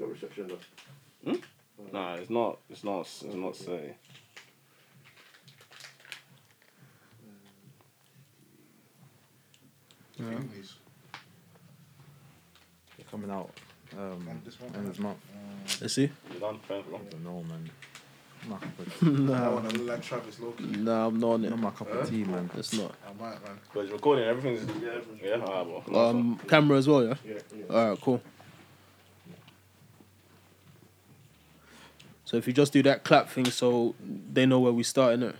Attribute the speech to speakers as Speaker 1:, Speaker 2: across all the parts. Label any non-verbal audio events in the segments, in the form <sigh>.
Speaker 1: reception though.
Speaker 2: Hmm?
Speaker 3: Nah, it's not. It's not. It's not say.
Speaker 2: Yeah.
Speaker 4: Families.
Speaker 2: They're coming out um,
Speaker 4: End of this month,
Speaker 2: end of this month.
Speaker 5: Let's see.
Speaker 3: You done? Fair enough.
Speaker 2: I don't know, man. Not my cup of,
Speaker 4: I
Speaker 5: Nah,
Speaker 4: want to like Travis Loki.
Speaker 5: nah, I'm not on it.
Speaker 2: not my cup of tea, man.
Speaker 5: It's not.
Speaker 4: I might, man.
Speaker 3: But it's recording. Everything's yeah. Yeah. Alright, bro.
Speaker 5: Um, camera as well, yeah.
Speaker 1: Yeah, yeah.
Speaker 5: All right, cool. So if you just do that clap thing, so they know where we starting it.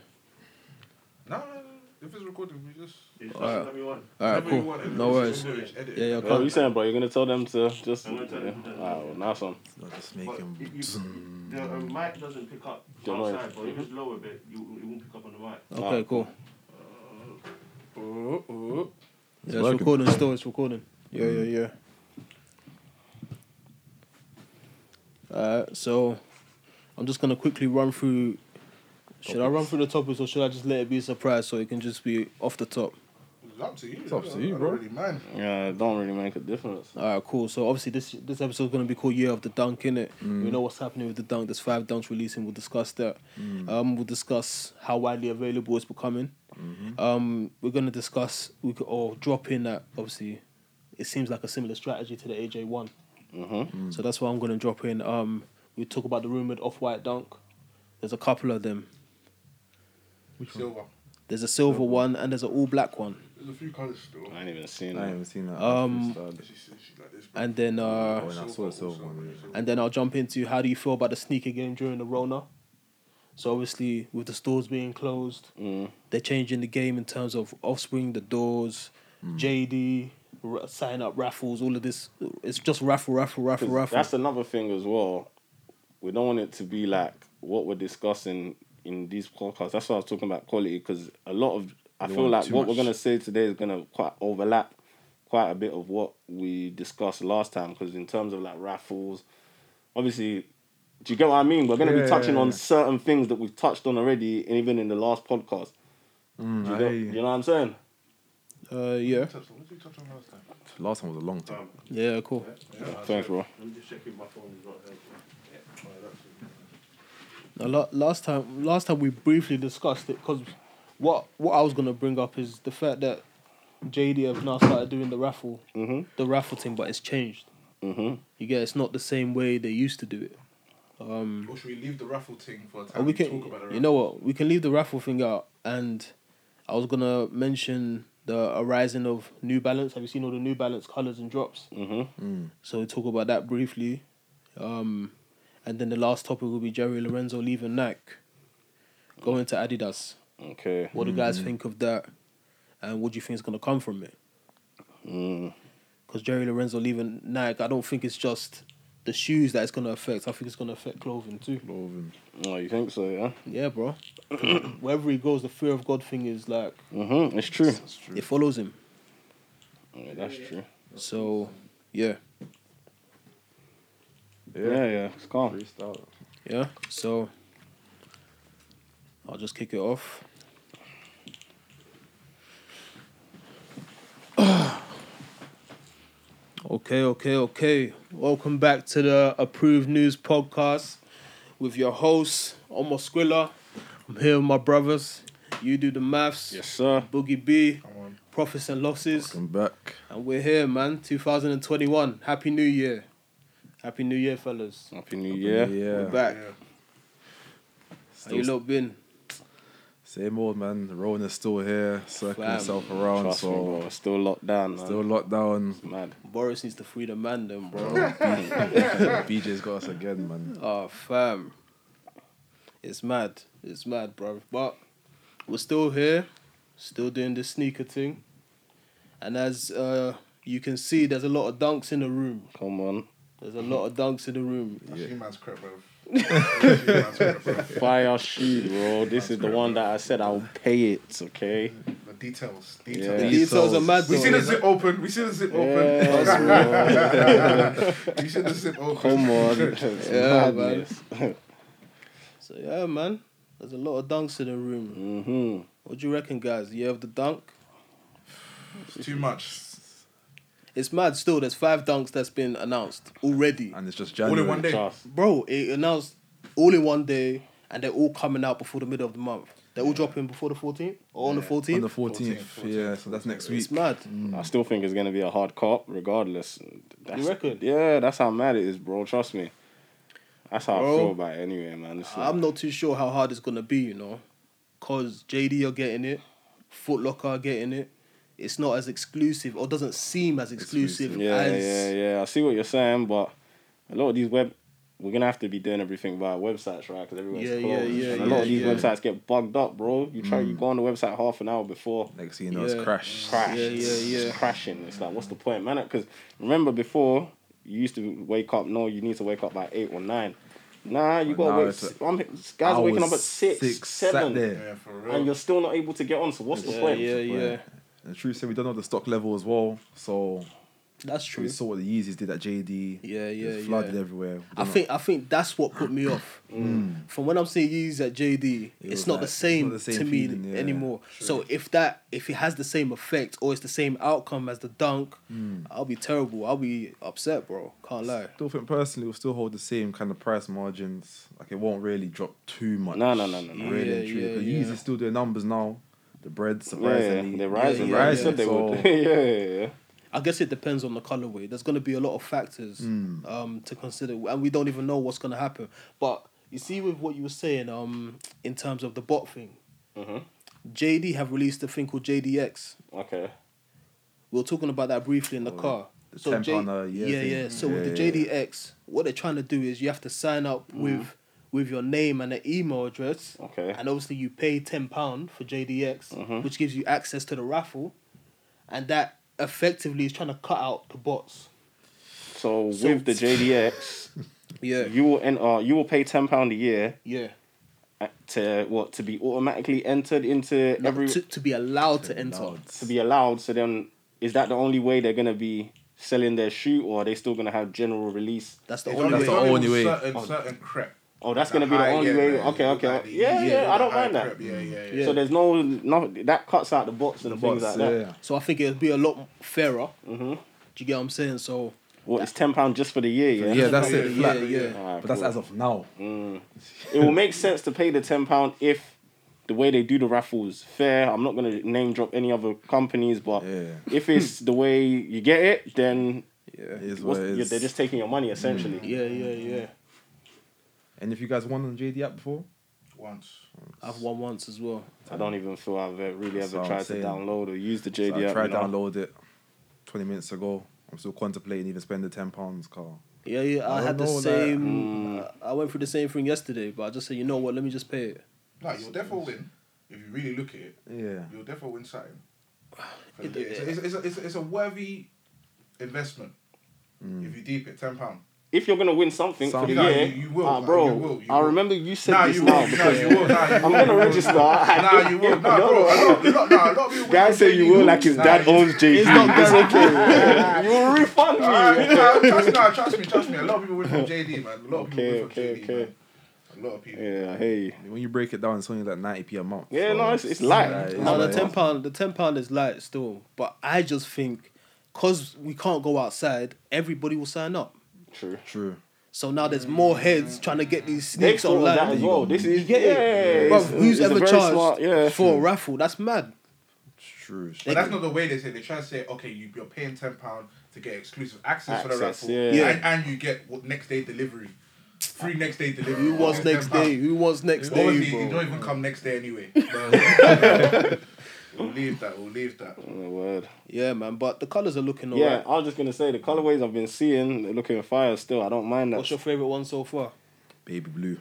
Speaker 4: No, no, no. If it's recording, we just.
Speaker 1: You just
Speaker 5: Alright.
Speaker 1: let me one.
Speaker 5: All right,
Speaker 4: Whatever you
Speaker 5: cool.
Speaker 4: want,
Speaker 5: No
Speaker 4: it's
Speaker 5: worries.
Speaker 4: just footage, edit it.
Speaker 5: Yeah, yeah,
Speaker 3: What are you
Speaker 5: cool.
Speaker 3: saying, bro? You're gonna tell them to just.
Speaker 1: I'm
Speaker 3: Yeah.
Speaker 1: gonna tell them to do that.
Speaker 3: Alright, well, nice one.
Speaker 2: Not just make
Speaker 1: But
Speaker 2: him.
Speaker 1: if you- The um, mic doesn't pick up
Speaker 3: Don't worry.
Speaker 1: outside, but if it's low a bit, you, it won't pick up on the mic.
Speaker 5: Okay, cool. Yeah, it's
Speaker 2: working.
Speaker 5: recording still. It's recording. Yeah, yeah, yeah. Uh, so I'm just gonna quickly run through. Should I run through the topics or should I just let it be a surprise so it can just be off the top?
Speaker 4: It's up to you. It's
Speaker 2: up to you, bro.
Speaker 4: Really, man.
Speaker 3: Yeah, it don't really make a difference.
Speaker 5: All right, cool. So obviously this this episode's gonna be called Year of the Dunk, innit? We know what's happening with the dunk. There's five dunks releasing. We'll discuss that. Um, we'll discuss how widely available it's becoming. Um, we're gonna discuss we could or drop in that obviously. It seems like a similar strategy to the AJ one.
Speaker 3: Mm-hmm.
Speaker 5: So that's why I'm gonna drop in. Um, we talk about the rumored off white dunk. There's a couple of them.
Speaker 4: Silver.
Speaker 5: There's a silver one and there's an all black one.
Speaker 4: There's a few colours still.
Speaker 3: I ain't even seen
Speaker 2: I
Speaker 3: it.
Speaker 2: haven't seen that.
Speaker 5: Um,
Speaker 2: after
Speaker 4: She's, she's like this, bro.
Speaker 5: And then
Speaker 2: Oh,
Speaker 5: uh,
Speaker 2: and I saw a silver one. yeah.
Speaker 5: and then I'll jump into how do you feel about the sneaker game during the Rona? So obviously with the stores being closed,
Speaker 3: Mm.
Speaker 5: they're changing the game in terms of offspring, the doors, JD, r- sign up raffles, all of this. It's just raffle, raffle, raffle,
Speaker 3: 'Cause
Speaker 5: raffle.
Speaker 3: That's another thing as well. We don't want it to be like what we're discussing in these podcasts. That's why I was talking about quality because a lot of I
Speaker 2: They
Speaker 3: feel
Speaker 2: want
Speaker 3: like
Speaker 2: too
Speaker 3: what we're
Speaker 2: much.
Speaker 3: gonna say today is gonna quite overlap quite a bit of what we discussed last time. Because in terms of like raffles, obviously, do you get what I mean? We're gonna
Speaker 2: Yeah,
Speaker 3: be touching
Speaker 2: yeah,
Speaker 3: on
Speaker 2: yeah.
Speaker 3: certain things that we've touched on already, and even in the last podcast.
Speaker 2: Mm,
Speaker 3: Do you, know,
Speaker 2: I hear you.
Speaker 3: you know what I'm saying?
Speaker 5: Uh, yeah,
Speaker 4: Touch- What did you touch on last time?
Speaker 2: Last time was a long time.
Speaker 1: Um,
Speaker 5: yeah, cool.
Speaker 4: Yeah,
Speaker 3: Thanks, bro.
Speaker 1: I'm just checking my phone is not helping.
Speaker 5: Now, la- last time, last time we briefly discussed it because what what I was gonna bring up is the fact that JD have now started doing the raffle,
Speaker 3: Mhm.
Speaker 5: the raffle thing, but it's changed.
Speaker 3: Mhm.
Speaker 5: You get it's not the same way they used to do it.
Speaker 4: Or should we leave the raffle thing for a time?
Speaker 5: Or Mm. Oh, we
Speaker 4: to
Speaker 5: can,
Speaker 4: talk about the
Speaker 5: you know what? We can leave the raffle thing out. And I was gonna mention the arising of New Balance. Have you seen all the New Balance colors and drops?
Speaker 3: Mhm.
Speaker 5: So we talk about that briefly, um, and then the last topic will be Jerry Lorenzo leaving Nike, going to Adidas.
Speaker 3: Okay.
Speaker 5: What do you
Speaker 4: Hmm.
Speaker 5: guys think of that? And what do you think is gonna come from it?
Speaker 3: Mm.
Speaker 5: Because Jerry Lorenzo leaving Nike, I don't think it's just the shoes that it's gonna affect. I think it's gonna affect clothing too.
Speaker 2: Clothing.
Speaker 3: Oh, you think so? Yeah.
Speaker 4: <clears throat>
Speaker 5: Yeah, bro. Wherever he goes, the fear of God thing is like
Speaker 3: Mhm. It's true.
Speaker 2: That's true.
Speaker 5: it follows him.
Speaker 3: Yeah, that's true.
Speaker 5: So, yeah,
Speaker 2: Yeah.
Speaker 3: Yeah, yeah, it's calm.
Speaker 2: Freestyle.
Speaker 5: yeah. So, I'll just kick it off. <sighs> okay, okay, okay. Welcome back to the Approved News Podcast with your host, Omar Squilla. I'm here with my brothers. You do the maths.
Speaker 3: Yes, sir.
Speaker 5: Boogie B,
Speaker 4: Come on.
Speaker 5: profits and losses.
Speaker 2: Come back.
Speaker 5: And we're here, man. 2021. Happy New Year. Happy New Year, fellas.
Speaker 3: Happy New Year.
Speaker 2: Yeah.
Speaker 5: We're back.
Speaker 4: Yeah.
Speaker 5: How you
Speaker 2: Still-
Speaker 5: lot been?
Speaker 2: Same old man. The Rowan is still here, circling
Speaker 5: Fam.
Speaker 2: himself around.
Speaker 3: Trust me,
Speaker 2: so
Speaker 3: bro. it's Still locked down. Man.
Speaker 2: still locked down.
Speaker 3: mad.
Speaker 5: Boris needs to free the man then, bro.
Speaker 2: BJ's got us again, man.
Speaker 5: oh, fam. It's mad. It's mad, bro. But we're still here. Still doing the sneaker thing. And as uh, you can see, there's a lot of dunks in the room.
Speaker 3: Come on.
Speaker 5: There's a lot of dunks in the room.
Speaker 4: That's He-Man's crap,
Speaker 5: <laughs>
Speaker 4: bro. That's He-Man's crap, bro.
Speaker 3: Fire shoe, bro. This is the one that I said I'll pay it, okay?
Speaker 4: The details.
Speaker 3: Yeah.
Speaker 4: Details.
Speaker 5: The details are mad,
Speaker 4: We
Speaker 5: though.
Speaker 4: see the zip open. We see the zip <laughs> open.
Speaker 5: <laughs>
Speaker 3: Yes,
Speaker 4: we see the zip open.
Speaker 3: bro. Come on. It's
Speaker 5: Yeah, man.
Speaker 3: madness.
Speaker 5: So, yeah, man. There's a lot of dunks in the room.
Speaker 3: Mm-hmm.
Speaker 5: What do you reckon, guys? You have the dunk?
Speaker 4: It's too much.
Speaker 5: It's mad still. There's five dunks that's been announced already.
Speaker 2: and it's just
Speaker 4: All
Speaker 2: January.
Speaker 4: in one day.
Speaker 3: Charles.
Speaker 5: Bro, it announced all in one day and they're all coming out before the middle of the month. They're all dropping before the 14th or on the 14th.
Speaker 2: On the fourteenth.
Speaker 4: 14th,
Speaker 2: Yeah, so that's next week.
Speaker 5: it's mad.
Speaker 3: I still think it's gonna be a hard cop, regardless. That's,
Speaker 5: You reckon?
Speaker 3: Yeah, that's how mad it is, bro. Trust me. That's how
Speaker 5: Bro.
Speaker 3: I feel about it anyway, man. It's like-
Speaker 5: I'm not too sure how hard it's going to be, you know. Because JD are getting it, Foot Locker are getting it. It's not as exclusive or doesn't seem as exclusive,
Speaker 3: yeah,
Speaker 5: as.
Speaker 3: yeah, yeah. I see what you're saying, but a lot of these web, we're gonna have to be doing everything via websites, right? Because everywhere's
Speaker 5: Yeah, yeah,
Speaker 3: closed.
Speaker 5: yeah,
Speaker 3: and a lot of
Speaker 5: yeah,
Speaker 3: these
Speaker 5: yeah.
Speaker 3: websites get bugged up, bro. You try, you go on the website half an hour before
Speaker 2: Next thing you know, it's
Speaker 5: Yeah.
Speaker 2: crash.
Speaker 3: crash.
Speaker 5: Yeah,
Speaker 3: It's
Speaker 5: yeah, yeah.
Speaker 3: crashing. It's like, what's the point, man? Because remember before, you used to wake up. No, you need to wake up by eight or nine. Nah, you
Speaker 2: But
Speaker 3: gotta
Speaker 2: now
Speaker 3: wait.
Speaker 2: it's
Speaker 3: si- I'm, guys are waking up at six, seven,
Speaker 2: Sat there.
Speaker 4: Yeah, for real.
Speaker 3: and you're still not able to get on. So what's the
Speaker 5: Yeah,
Speaker 3: point?
Speaker 5: yeah, yeah.
Speaker 2: Right. And the truth is, we don't know the stock level as well. So
Speaker 5: That's true.
Speaker 2: we saw what the Yeezys did at JD.
Speaker 5: Yeah,
Speaker 2: It
Speaker 5: yeah,
Speaker 2: was flooded
Speaker 5: yeah.
Speaker 2: everywhere. We
Speaker 5: I
Speaker 2: don't
Speaker 5: think I think that's what put me off. From when I'm seeing Yeezys at JD,
Speaker 2: It
Speaker 5: it's
Speaker 2: was
Speaker 5: not,
Speaker 2: like-
Speaker 5: the
Speaker 2: it's
Speaker 5: same
Speaker 2: not the same
Speaker 5: to me
Speaker 2: feeling, yeah.
Speaker 5: anymore. So if that if it has the same effect or it's the same outcome as the dunk,
Speaker 2: Mm.
Speaker 5: I'll be terrible. I'll be upset, bro. Can't lie.
Speaker 2: Still think personally, we'll still hold the same kind of price margins. Like it won't really drop too much.
Speaker 3: No, no, no, no, no.
Speaker 2: Really,
Speaker 5: Yeah,
Speaker 2: and truly.
Speaker 5: yeah,
Speaker 2: Because
Speaker 5: yeah.
Speaker 2: Yeezy's still doing numbers now. The bread,
Speaker 3: Yeah,
Speaker 2: surprisingly,
Speaker 3: they're rising.
Speaker 5: yeah,
Speaker 3: right?
Speaker 5: yeah.
Speaker 3: They said they would. <laughs>
Speaker 2: So-
Speaker 3: yeah, yeah, yeah.
Speaker 5: I guess it depends on the colorway. There's going to be a lot of factors
Speaker 2: Mm.
Speaker 5: um, to consider, and we don't even know what's going to happen. But you see, with what you were saying, um, in terms of the bot thing, JD have released a thing called JDX.
Speaker 3: Mm-hmm. Okay.
Speaker 5: We were talking about that briefly in the car.
Speaker 2: the 10 pound a year
Speaker 5: yeah,
Speaker 2: thing.
Speaker 5: yeah. So
Speaker 2: Yeah,
Speaker 5: with the
Speaker 2: yeah, yeah. Mm-hmm.
Speaker 5: JDX, what they're trying to do is you have to sign up with with your name and an email address.
Speaker 3: Okay.
Speaker 5: And obviously you pay ten pound for JDX,
Speaker 2: Mm-hmm.
Speaker 5: which gives you access to the raffle, and that effectively is trying to cut out the bots.
Speaker 3: So,
Speaker 5: So-
Speaker 3: with the JDX,
Speaker 5: Yeah,
Speaker 3: you will enter. You will pay ten pound a year
Speaker 5: yeah.
Speaker 3: uh, to what to be automatically entered into
Speaker 5: No,
Speaker 3: every
Speaker 5: to, to be allowed to enter.
Speaker 3: to be allowed. So then, is that the only way they're gonna be selling their shoe, or are they still gonna have general release?
Speaker 5: That's the
Speaker 4: It's only-
Speaker 5: only way.
Speaker 2: That's the
Speaker 4: it's only
Speaker 2: only way.
Speaker 4: Certain, certain crep.
Speaker 3: Oh, that's
Speaker 4: The
Speaker 3: gonna be the
Speaker 4: high
Speaker 3: only
Speaker 4: end,
Speaker 3: way.
Speaker 4: yeah,
Speaker 3: Okay,
Speaker 4: like
Speaker 3: okay,
Speaker 4: the
Speaker 3: yeah,
Speaker 4: easy,
Speaker 3: yeah. I
Speaker 4: the
Speaker 3: don't
Speaker 4: high
Speaker 3: mind that.
Speaker 4: crep, Yeah, yeah, yeah.
Speaker 5: Yeah.
Speaker 3: So there's no no that cuts out the bots and things <laughs> like that.
Speaker 5: So I think it'll be a lot fairer.
Speaker 2: Mm-hmm.
Speaker 5: Do you get what I'm saying? So
Speaker 3: What it's ten pound just for the year? Yeah,
Speaker 2: yeah, that's it.
Speaker 5: yeah,
Speaker 2: Flat.
Speaker 5: yeah,
Speaker 3: Alright,
Speaker 2: But that's
Speaker 3: cool.
Speaker 2: as of now.
Speaker 3: it will make sense to pay the ten pound if the way they do the raffles fair. I'm not gonna name drop any other companies, but
Speaker 2: Yeah.
Speaker 3: if it's the way you get it, then
Speaker 2: It is
Speaker 3: what's,
Speaker 2: what it
Speaker 3: yeah,
Speaker 2: is.
Speaker 3: they're just taking your money essentially.
Speaker 5: yeah, yeah, yeah.
Speaker 2: Mm-hmm. And if you guys won on JD app before,
Speaker 4: Once.
Speaker 5: I've won once as well.
Speaker 3: I don't even feel I've uh, really
Speaker 2: That's
Speaker 3: ever
Speaker 2: what I'm
Speaker 3: tried to
Speaker 2: saying.
Speaker 3: download or use the
Speaker 2: so
Speaker 3: JD
Speaker 2: I
Speaker 3: app.
Speaker 2: tried
Speaker 3: you know.
Speaker 2: download it 20 minutes ago. I'm still contemplating even spending ten pounds, Carl.
Speaker 5: Yeah, yeah. I,
Speaker 2: I
Speaker 5: had the
Speaker 2: don't know that.
Speaker 5: same.
Speaker 3: Mm.
Speaker 5: uh, I I went through the same thing yesterday, but I just said, you know what? Let me just pay it.
Speaker 4: No, you'll definitely win. If you really look at it,
Speaker 2: Yeah.
Speaker 4: you'll definitely win
Speaker 3: <sighs>
Speaker 4: something. For
Speaker 5: It-
Speaker 4: the year. It's, a, it's, a- it's, a, it's, a, it's a worthy investment.
Speaker 3: Mm.
Speaker 4: If you deep it, ten pound.
Speaker 3: If you're gonna win something for the
Speaker 2: Something.
Speaker 4: Nah,
Speaker 3: year,
Speaker 4: you- you will,
Speaker 3: ah,
Speaker 4: man,
Speaker 3: bro,
Speaker 4: you will, you
Speaker 3: I
Speaker 4: will.
Speaker 3: remember you said
Speaker 4: Nah,
Speaker 3: this
Speaker 4: you
Speaker 3: now
Speaker 4: will. Nah,
Speaker 3: because
Speaker 4: you will. Nah, you
Speaker 3: I'm
Speaker 4: will.
Speaker 3: gonna register.
Speaker 4: Nah, you
Speaker 3: <laughs>
Speaker 4: will. Nah, bro. A lot, a lot, nah, a lot of people.
Speaker 3: Guys say you will like his
Speaker 4: Nah,
Speaker 3: dad
Speaker 4: you-
Speaker 3: owns JD. It's
Speaker 5: not
Speaker 3: okay. <laughs> you will refund me.
Speaker 4: Alright, nah, trust, nah, trust me, trust me. A lot of people win
Speaker 3: <laughs>
Speaker 4: from JD, man. A lot of people
Speaker 3: Okay,
Speaker 4: win from
Speaker 3: okay,
Speaker 4: JD,
Speaker 3: okay.
Speaker 4: man. A lot of people.
Speaker 3: Yeah, I hear you.
Speaker 2: When you break it down, it's only like 90p a month.
Speaker 3: Yeah,
Speaker 2: so
Speaker 3: no, it's- it's light.
Speaker 2: like-
Speaker 5: No, the
Speaker 2: like-
Speaker 5: ten pound, the ten pound is light still, but I just think, cause we can't go outside, everybody will sign up.
Speaker 3: True.
Speaker 2: True.
Speaker 5: So now there's more heads trying to get these
Speaker 3: They
Speaker 5: sneaks
Speaker 3: thought of Mm. that as
Speaker 5: online.
Speaker 3: well. This is
Speaker 5: You get it?
Speaker 3: yeah,
Speaker 5: Bruv,
Speaker 3: it's-
Speaker 5: who's
Speaker 3: it's a
Speaker 5: ever
Speaker 3: very
Speaker 5: charged
Speaker 3: smart- yeah.
Speaker 5: for a raffle? That's mad.
Speaker 2: It's true. it's
Speaker 4: But
Speaker 2: true.
Speaker 4: that's not the way they say. it. They try to say, okay, you, you're paying ten pound to get exclusive access, for the
Speaker 3: Access,
Speaker 4: raffle,
Speaker 3: yeah.
Speaker 5: Yeah.
Speaker 4: And, and you get what, next day delivery, free next day delivery.
Speaker 5: Who wants
Speaker 4: Pay
Speaker 5: next
Speaker 4: £10.
Speaker 5: day? Who wants next
Speaker 4: Obviously,
Speaker 5: day,
Speaker 4: you
Speaker 5: bro?
Speaker 4: don't even come next day anyway.
Speaker 5: <laughs>
Speaker 4: No. we'll leave that. We'll leave that.
Speaker 3: Oh, my word.
Speaker 5: Yeah, man. But the colors are looking
Speaker 3: Yeah,
Speaker 5: alright.
Speaker 3: I was just gonna say the colorways I've been seeing they're looking fire still. I don't mind that.
Speaker 5: What's your favorite one so far?
Speaker 2: Baby blue.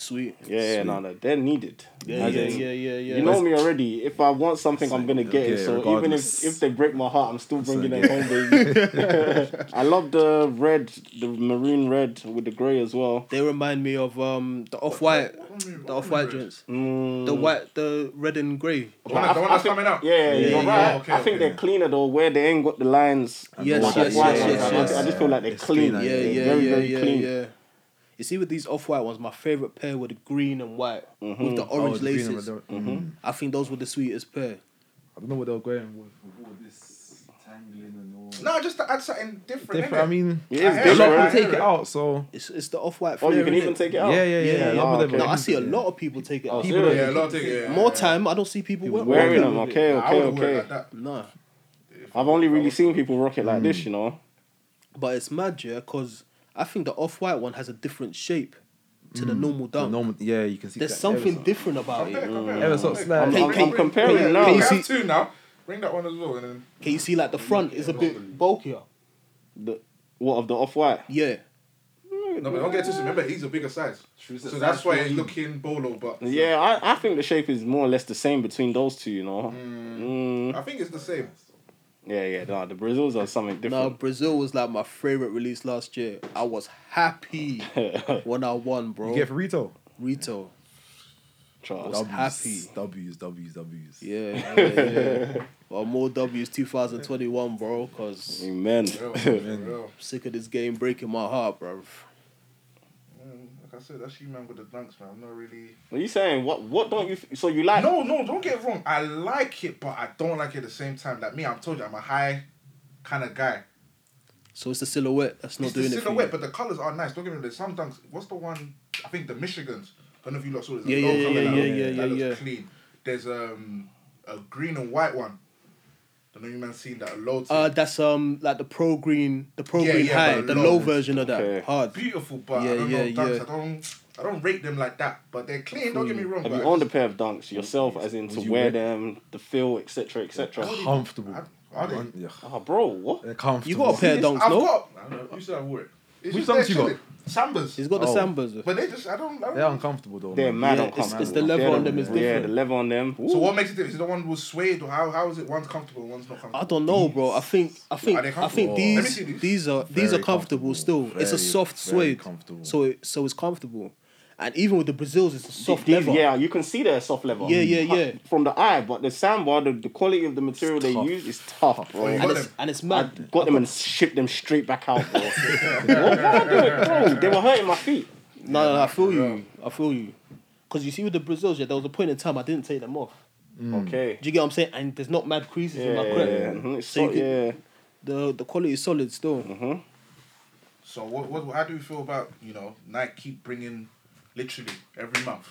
Speaker 5: Sweet.
Speaker 3: yeah, yeah, no, no, they're needed.
Speaker 5: Yeah,
Speaker 3: As
Speaker 5: yeah,
Speaker 3: in,
Speaker 5: yeah, yeah, yeah.
Speaker 3: You know me already. If I want something, I'm
Speaker 2: Same.
Speaker 3: gonna get it.
Speaker 2: Yeah,
Speaker 3: So even if
Speaker 2: regardless.
Speaker 3: if they break my heart, I'm still bringing
Speaker 2: Same,
Speaker 3: them home, baby. <laughs> I love the red, the maroon red with the grey as well.
Speaker 5: They remind me of um the off white, the off white joints,
Speaker 3: Mm.
Speaker 5: the white, the red and grey.
Speaker 4: The one, that- the one that's coming out. Oh,
Speaker 3: Yeah, you're
Speaker 5: yeah,
Speaker 3: right.
Speaker 4: okay,
Speaker 3: I think
Speaker 4: okay.
Speaker 3: they're cleaner though, where they ain't got the lines.
Speaker 5: Yes,
Speaker 3: like
Speaker 5: yes,
Speaker 3: that white
Speaker 5: yes,
Speaker 3: one.
Speaker 5: yes,
Speaker 3: I just-
Speaker 5: yes.
Speaker 3: I just feel like they're
Speaker 2: It's
Speaker 3: clean.
Speaker 2: cleaner,
Speaker 5: Yeah,
Speaker 3: They're
Speaker 5: yeah,
Speaker 3: very,
Speaker 5: yeah,
Speaker 3: very
Speaker 5: yeah,
Speaker 3: clean.
Speaker 5: yeah. You see, with these off white ones, my favorite pair were the green and white with the
Speaker 2: Oh, the
Speaker 5: orange
Speaker 2: green
Speaker 5: laces.
Speaker 2: and red, mm.
Speaker 3: Mm-hmm.
Speaker 5: I think those were the sweetest pair.
Speaker 2: I don't know what they were going with, with all this
Speaker 6: tangling and all.
Speaker 4: No, just to add something different.
Speaker 2: Different. I
Speaker 4: innit?
Speaker 2: mean,
Speaker 3: It
Speaker 4: I
Speaker 3: is
Speaker 4: hear you, I
Speaker 2: a lot can
Speaker 3: different.
Speaker 4: hear
Speaker 2: take it
Speaker 4: you.
Speaker 2: out. So
Speaker 5: It's it's the off white.
Speaker 3: Oh, you can even take it out.
Speaker 2: Yeah, yeah, yeah,
Speaker 5: Yeah,
Speaker 2: yeah,
Speaker 3: ah,
Speaker 2: but
Speaker 3: okay.
Speaker 2: then-
Speaker 5: No, I see a lot of people take it out.
Speaker 3: Oh, serious?
Speaker 4: Yeah, a lot of things, yeah,
Speaker 5: More
Speaker 4: yeah.
Speaker 5: time, I don't see people wear-
Speaker 3: Wearing
Speaker 5: wearing
Speaker 3: them,
Speaker 5: it.
Speaker 3: okay,
Speaker 4: I
Speaker 3: okay,
Speaker 4: wouldn't wear it
Speaker 3: okay.
Speaker 4: like that.
Speaker 5: Nah,
Speaker 3: I've only really seen people rock it like this, you know.
Speaker 5: but it's mad, yeah, because I think the off white one has a different shape to the normal
Speaker 2: The
Speaker 5: dunk.
Speaker 2: normal- yeah, you can see.
Speaker 5: There's
Speaker 2: that
Speaker 5: something
Speaker 2: ever so-
Speaker 5: different about
Speaker 4: Compare,
Speaker 5: it.
Speaker 4: compare,
Speaker 2: Ever so
Speaker 4: compare.
Speaker 2: slight.
Speaker 3: I'm,
Speaker 5: Hey,
Speaker 3: I'm,
Speaker 5: hey,
Speaker 3: I'm comparing
Speaker 5: hey,
Speaker 3: now.
Speaker 5: hey,
Speaker 4: We
Speaker 5: you
Speaker 4: have
Speaker 5: see-
Speaker 4: two Mm. now. Bring that one as well, and then
Speaker 5: Can you see like the front is a bit bulkier?
Speaker 3: The, what of the off white?
Speaker 5: Yeah.
Speaker 4: no, but don't get twisted. Remember, he's a bigger size,
Speaker 6: Shoes
Speaker 4: so
Speaker 6: that
Speaker 4: that's
Speaker 6: size
Speaker 4: why it's
Speaker 6: 14.
Speaker 4: looking bolo. But
Speaker 3: Yeah, I, I think the shape is more or less the same between those two, you know. Mm.
Speaker 4: I think it's the same.
Speaker 3: Yeah, yeah, nah, the Brazils are something
Speaker 5: No,
Speaker 3: different.
Speaker 5: Brazil was like my favorite release last year. I was
Speaker 4: <laughs>
Speaker 5: happy when I won, bro.
Speaker 2: You get for retail.
Speaker 5: Retail.
Speaker 3: Charles.
Speaker 5: Well,
Speaker 2: W's,
Speaker 5: happy.
Speaker 2: W's, W's, W's.
Speaker 4: <laughs>
Speaker 5: Yeah, yeah, yeah. Well, more W's 2021, bro, because I'm
Speaker 3: Amen.
Speaker 4: Real, real.
Speaker 5: sick of this game breaking my heart, bro.
Speaker 4: Mm, Like I said, that's you, man, with the dunks, man. I'm not really.
Speaker 3: <laughs> What are you saying? What what don't you f- so you like
Speaker 4: No, no, don't get it wrong. I like it, but I don't like it at the same time. Like me, I'm told you, I'm a high kind of guy.
Speaker 5: So it's the silhouette that's not
Speaker 4: it's
Speaker 5: doing
Speaker 4: the
Speaker 5: it for
Speaker 4: silhouette,
Speaker 5: you.
Speaker 4: but the colors are nice. Don't get me wrong. There's some dunks. What's the one? I think the Michigans. I don't know if you lot saw this.
Speaker 5: Yeah,
Speaker 4: a
Speaker 5: yeah,
Speaker 4: low
Speaker 5: yeah,
Speaker 4: colour
Speaker 5: yeah,
Speaker 4: that
Speaker 5: yeah,
Speaker 4: looks-
Speaker 5: yeah,
Speaker 4: that
Speaker 5: yeah.
Speaker 4: looks clean. There's um a green and white one. I don't know you man seen that a lot.
Speaker 5: Uh, that's um like the pro green, the pro
Speaker 4: Yeah,
Speaker 5: green
Speaker 4: yeah,
Speaker 5: high,
Speaker 4: but
Speaker 5: the
Speaker 4: low.
Speaker 5: low version of that.
Speaker 3: Okay.
Speaker 5: Hard.
Speaker 4: beautiful, but
Speaker 5: Yeah,
Speaker 4: I don't
Speaker 5: yeah,
Speaker 4: know dunks.
Speaker 5: yeah.
Speaker 4: I don't. I don't rate them like that, but they're clean. Don't get me wrong.
Speaker 3: have
Speaker 4: but
Speaker 3: you
Speaker 4: I
Speaker 3: owned a
Speaker 4: just-
Speaker 3: pair of dunks yourself as in to
Speaker 2: Would you
Speaker 3: wear
Speaker 2: wear-
Speaker 3: them, the feel, etc. etc.
Speaker 2: Comfortable.
Speaker 4: Are they?
Speaker 2: Con- yeah.
Speaker 3: Ah bro, what?
Speaker 2: They're comfortable.
Speaker 5: You got a pair of dunks,
Speaker 4: I've
Speaker 5: no?
Speaker 4: got. I don't know. You said I wore it. It's just
Speaker 2: Which
Speaker 4: there
Speaker 2: dunks you got?
Speaker 4: chilling. Sambas.
Speaker 5: He's got the
Speaker 2: Oh.
Speaker 5: Sambas.
Speaker 4: But they just. I don't. I don't
Speaker 2: They're uncomfortable though.
Speaker 3: They're
Speaker 2: man.
Speaker 3: mad
Speaker 5: Yeah,
Speaker 3: uncomfortable.
Speaker 5: it's- it's the leather
Speaker 3: They're
Speaker 5: on them is
Speaker 3: Yeah,
Speaker 5: different.
Speaker 3: the leather on them.
Speaker 4: So what makes it different? Is it the one who's suede or how how is it one's comfortable and one's not comfortable?
Speaker 5: I don't know, bro. I think I think
Speaker 4: Are they
Speaker 5: I think
Speaker 4: comfortable? Let me
Speaker 5: these
Speaker 4: see these.
Speaker 5: these are these
Speaker 2: Very
Speaker 5: are comfortable,
Speaker 2: comfortable.
Speaker 5: still. it's a
Speaker 2: Very,
Speaker 5: soft
Speaker 2: very
Speaker 5: suede,
Speaker 2: comfortable.
Speaker 5: so it, so it's comfortable, and even with the Brazils, it's a soft
Speaker 3: These-
Speaker 5: leather.
Speaker 3: Yeah, you can see they're soft leather.
Speaker 5: Yeah, yeah, yeah.
Speaker 3: From the eye, but the sandbar, the, the quality of the material they use is tough, bro.
Speaker 4: Oh, you
Speaker 5: and
Speaker 4: got
Speaker 5: it's
Speaker 4: them.
Speaker 5: and it's
Speaker 3: I
Speaker 5: mad.
Speaker 3: got them and shipped them straight back out,
Speaker 5: <laughs>
Speaker 3: bro. what was I doing, bro? They were hurting my feet.
Speaker 5: No, no, no, I feel you. I feel you. Because you see, with the Brazils, yeah, there was a point in time I didn't take them off.
Speaker 3: Okay.
Speaker 5: Do you get what I'm saying? And there's not mad creases
Speaker 3: Yeah,
Speaker 5: in Mm. my
Speaker 3: yeah,
Speaker 5: crep.
Speaker 3: yeah. Mhm, it's
Speaker 5: So you
Speaker 3: so-
Speaker 5: can-
Speaker 3: yeah. Mm.
Speaker 5: The the quality is solid still.
Speaker 4: So what, what how do you feel about you know Nike keep bringing literally every month,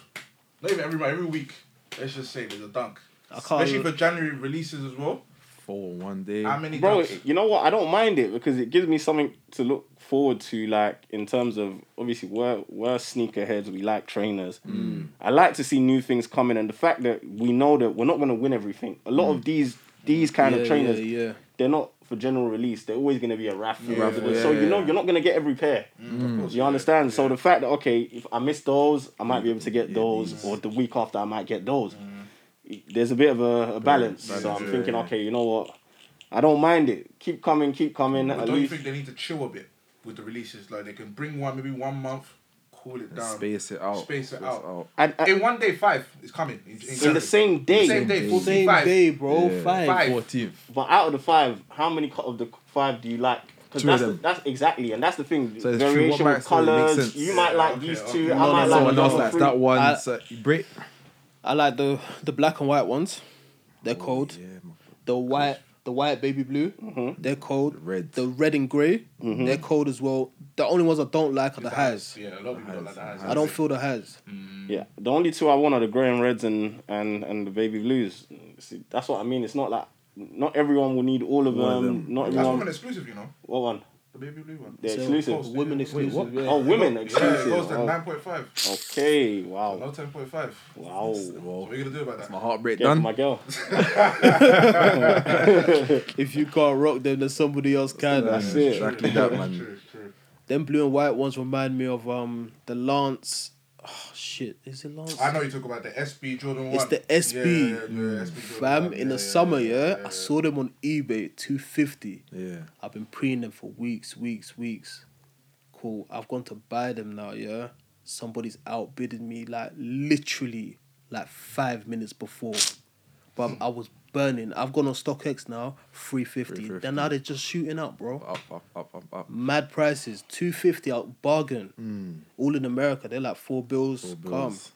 Speaker 4: not even every month, every week? Let's just say there's a dunk,
Speaker 5: I can't.
Speaker 4: especially for January releases as well.
Speaker 2: Four in one day.
Speaker 4: How many
Speaker 3: Bro,
Speaker 4: dunks?
Speaker 3: you know what? I don't mind it because it gives me something to look forward to, like in terms of obviously we're we're sneakerheads, we like trainers.
Speaker 5: Mm.
Speaker 3: I like to see new things coming, and the fact that we know that we're not gonna win everything. A lot of these these kind
Speaker 5: Mm. Yeah,
Speaker 3: of trainers,
Speaker 5: yeah, yeah.
Speaker 3: they're not for general release. They're always gonna be a raffle.
Speaker 4: Yeah, Mm.
Speaker 3: so
Speaker 2: yeah,
Speaker 3: you know
Speaker 2: yeah.
Speaker 3: you're not gonna get every pair.
Speaker 4: Of course,
Speaker 3: You
Speaker 4: yeah.
Speaker 3: understand? So the fact that okay, if I miss those, I might be able to get those, or the week after I might get those.
Speaker 4: Mm.
Speaker 3: There's a bit of a, a balance. so I'm
Speaker 2: yeah,
Speaker 3: thinking,
Speaker 2: yeah.
Speaker 3: okay, you know what? I don't mind it. Keep coming, keep coming.
Speaker 4: But
Speaker 3: At
Speaker 4: don't you
Speaker 3: least
Speaker 4: think they need to chill a bit with the releases? Like they can bring one maybe one month, cool it
Speaker 2: And
Speaker 4: down.
Speaker 2: Space it out.
Speaker 4: Space it out.
Speaker 3: and- and-
Speaker 4: In one day, five is coming. In, in
Speaker 3: in
Speaker 4: January.
Speaker 3: the same day.
Speaker 4: Same day,
Speaker 5: Same
Speaker 4: 45.
Speaker 5: day, bro.
Speaker 2: Yeah.
Speaker 5: Five.
Speaker 4: Five.
Speaker 2: Fourteenth.
Speaker 3: But out of the five, how many co- of the five do you like? Because
Speaker 2: Two of
Speaker 3: that's the,
Speaker 2: them.
Speaker 3: that's exactly, and that's the thing.
Speaker 2: So it's true.
Speaker 3: Variation
Speaker 2: What
Speaker 3: with
Speaker 2: might- so it makes
Speaker 3: colors.
Speaker 2: sense.
Speaker 3: You might
Speaker 4: Yeah,
Speaker 3: like
Speaker 4: okay,
Speaker 3: these
Speaker 4: okay.
Speaker 3: two.
Speaker 4: No,
Speaker 3: I
Speaker 4: no,
Speaker 3: might like
Speaker 2: Someone
Speaker 3: the
Speaker 2: else
Speaker 3: other
Speaker 2: likes
Speaker 3: three.
Speaker 2: that one.
Speaker 5: I-
Speaker 2: so you break.
Speaker 5: I like the the black and white ones. They're cold.
Speaker 2: Yeah, man.
Speaker 5: The white, the white baby blue, they're cold.
Speaker 2: Red.
Speaker 5: The red and gray they're cold as well. The only ones I don't like are the highs.
Speaker 4: Yeah, a lot of people don't like the highs.
Speaker 5: I don't feel the highs.
Speaker 3: Yeah, the only two I want are the grey and reds and and and the baby blues. See, that's what I mean. It's not like not everyone will need all of them.
Speaker 2: All of them.
Speaker 3: Not
Speaker 4: That's women
Speaker 3: everyone.
Speaker 4: exclusive, you know.
Speaker 3: What one?
Speaker 4: The baby blue one.
Speaker 3: They're
Speaker 5: So,
Speaker 3: exclusive.
Speaker 5: Women exclusive.
Speaker 2: what?
Speaker 5: yeah.
Speaker 3: Oh, women
Speaker 4: Yeah, it
Speaker 3: exclusive.
Speaker 4: goes to
Speaker 3: Oh,
Speaker 4: nine point five.
Speaker 3: okay,
Speaker 4: No
Speaker 3: wow,
Speaker 4: ten point five. So
Speaker 3: wow.
Speaker 2: Oh, Well,
Speaker 4: what are you gonna do about that?
Speaker 2: my heartbreak
Speaker 3: Yeah, for
Speaker 2: done.
Speaker 3: my girl.
Speaker 5: If you can't rock them, then somebody else can.
Speaker 2: That's
Speaker 3: it.
Speaker 2: Exactly that,
Speaker 5: <laughs>
Speaker 2: man.
Speaker 4: True, true.
Speaker 5: Them blue and white ones remind me of um the Lance. Oh shit, is it Lance?
Speaker 4: I know you talk about the SB Jordan One.
Speaker 5: It's the SB.
Speaker 4: Yeah, yeah,
Speaker 2: Mm.
Speaker 4: yeah, SB Jordan
Speaker 5: Fam,
Speaker 4: one.
Speaker 5: in the
Speaker 4: Yeah, yeah,
Speaker 5: summer, yeah, I
Speaker 4: yeah.
Speaker 5: saw them on eBay, two fifty.
Speaker 2: Yeah.
Speaker 5: I've been preying them for weeks, weeks, weeks. Cool. I've gone to buy them now, yeah. Somebody's outbidding me like literally like five minutes before. But I was burning. I've gone on StockX now, 350. Then now they're just shooting up, bro.
Speaker 2: Up, up, up, up, up.
Speaker 5: Mad prices, 250 out bargain. All in America, they're like four bills,
Speaker 2: Mm. Four
Speaker 5: come.
Speaker 2: bills.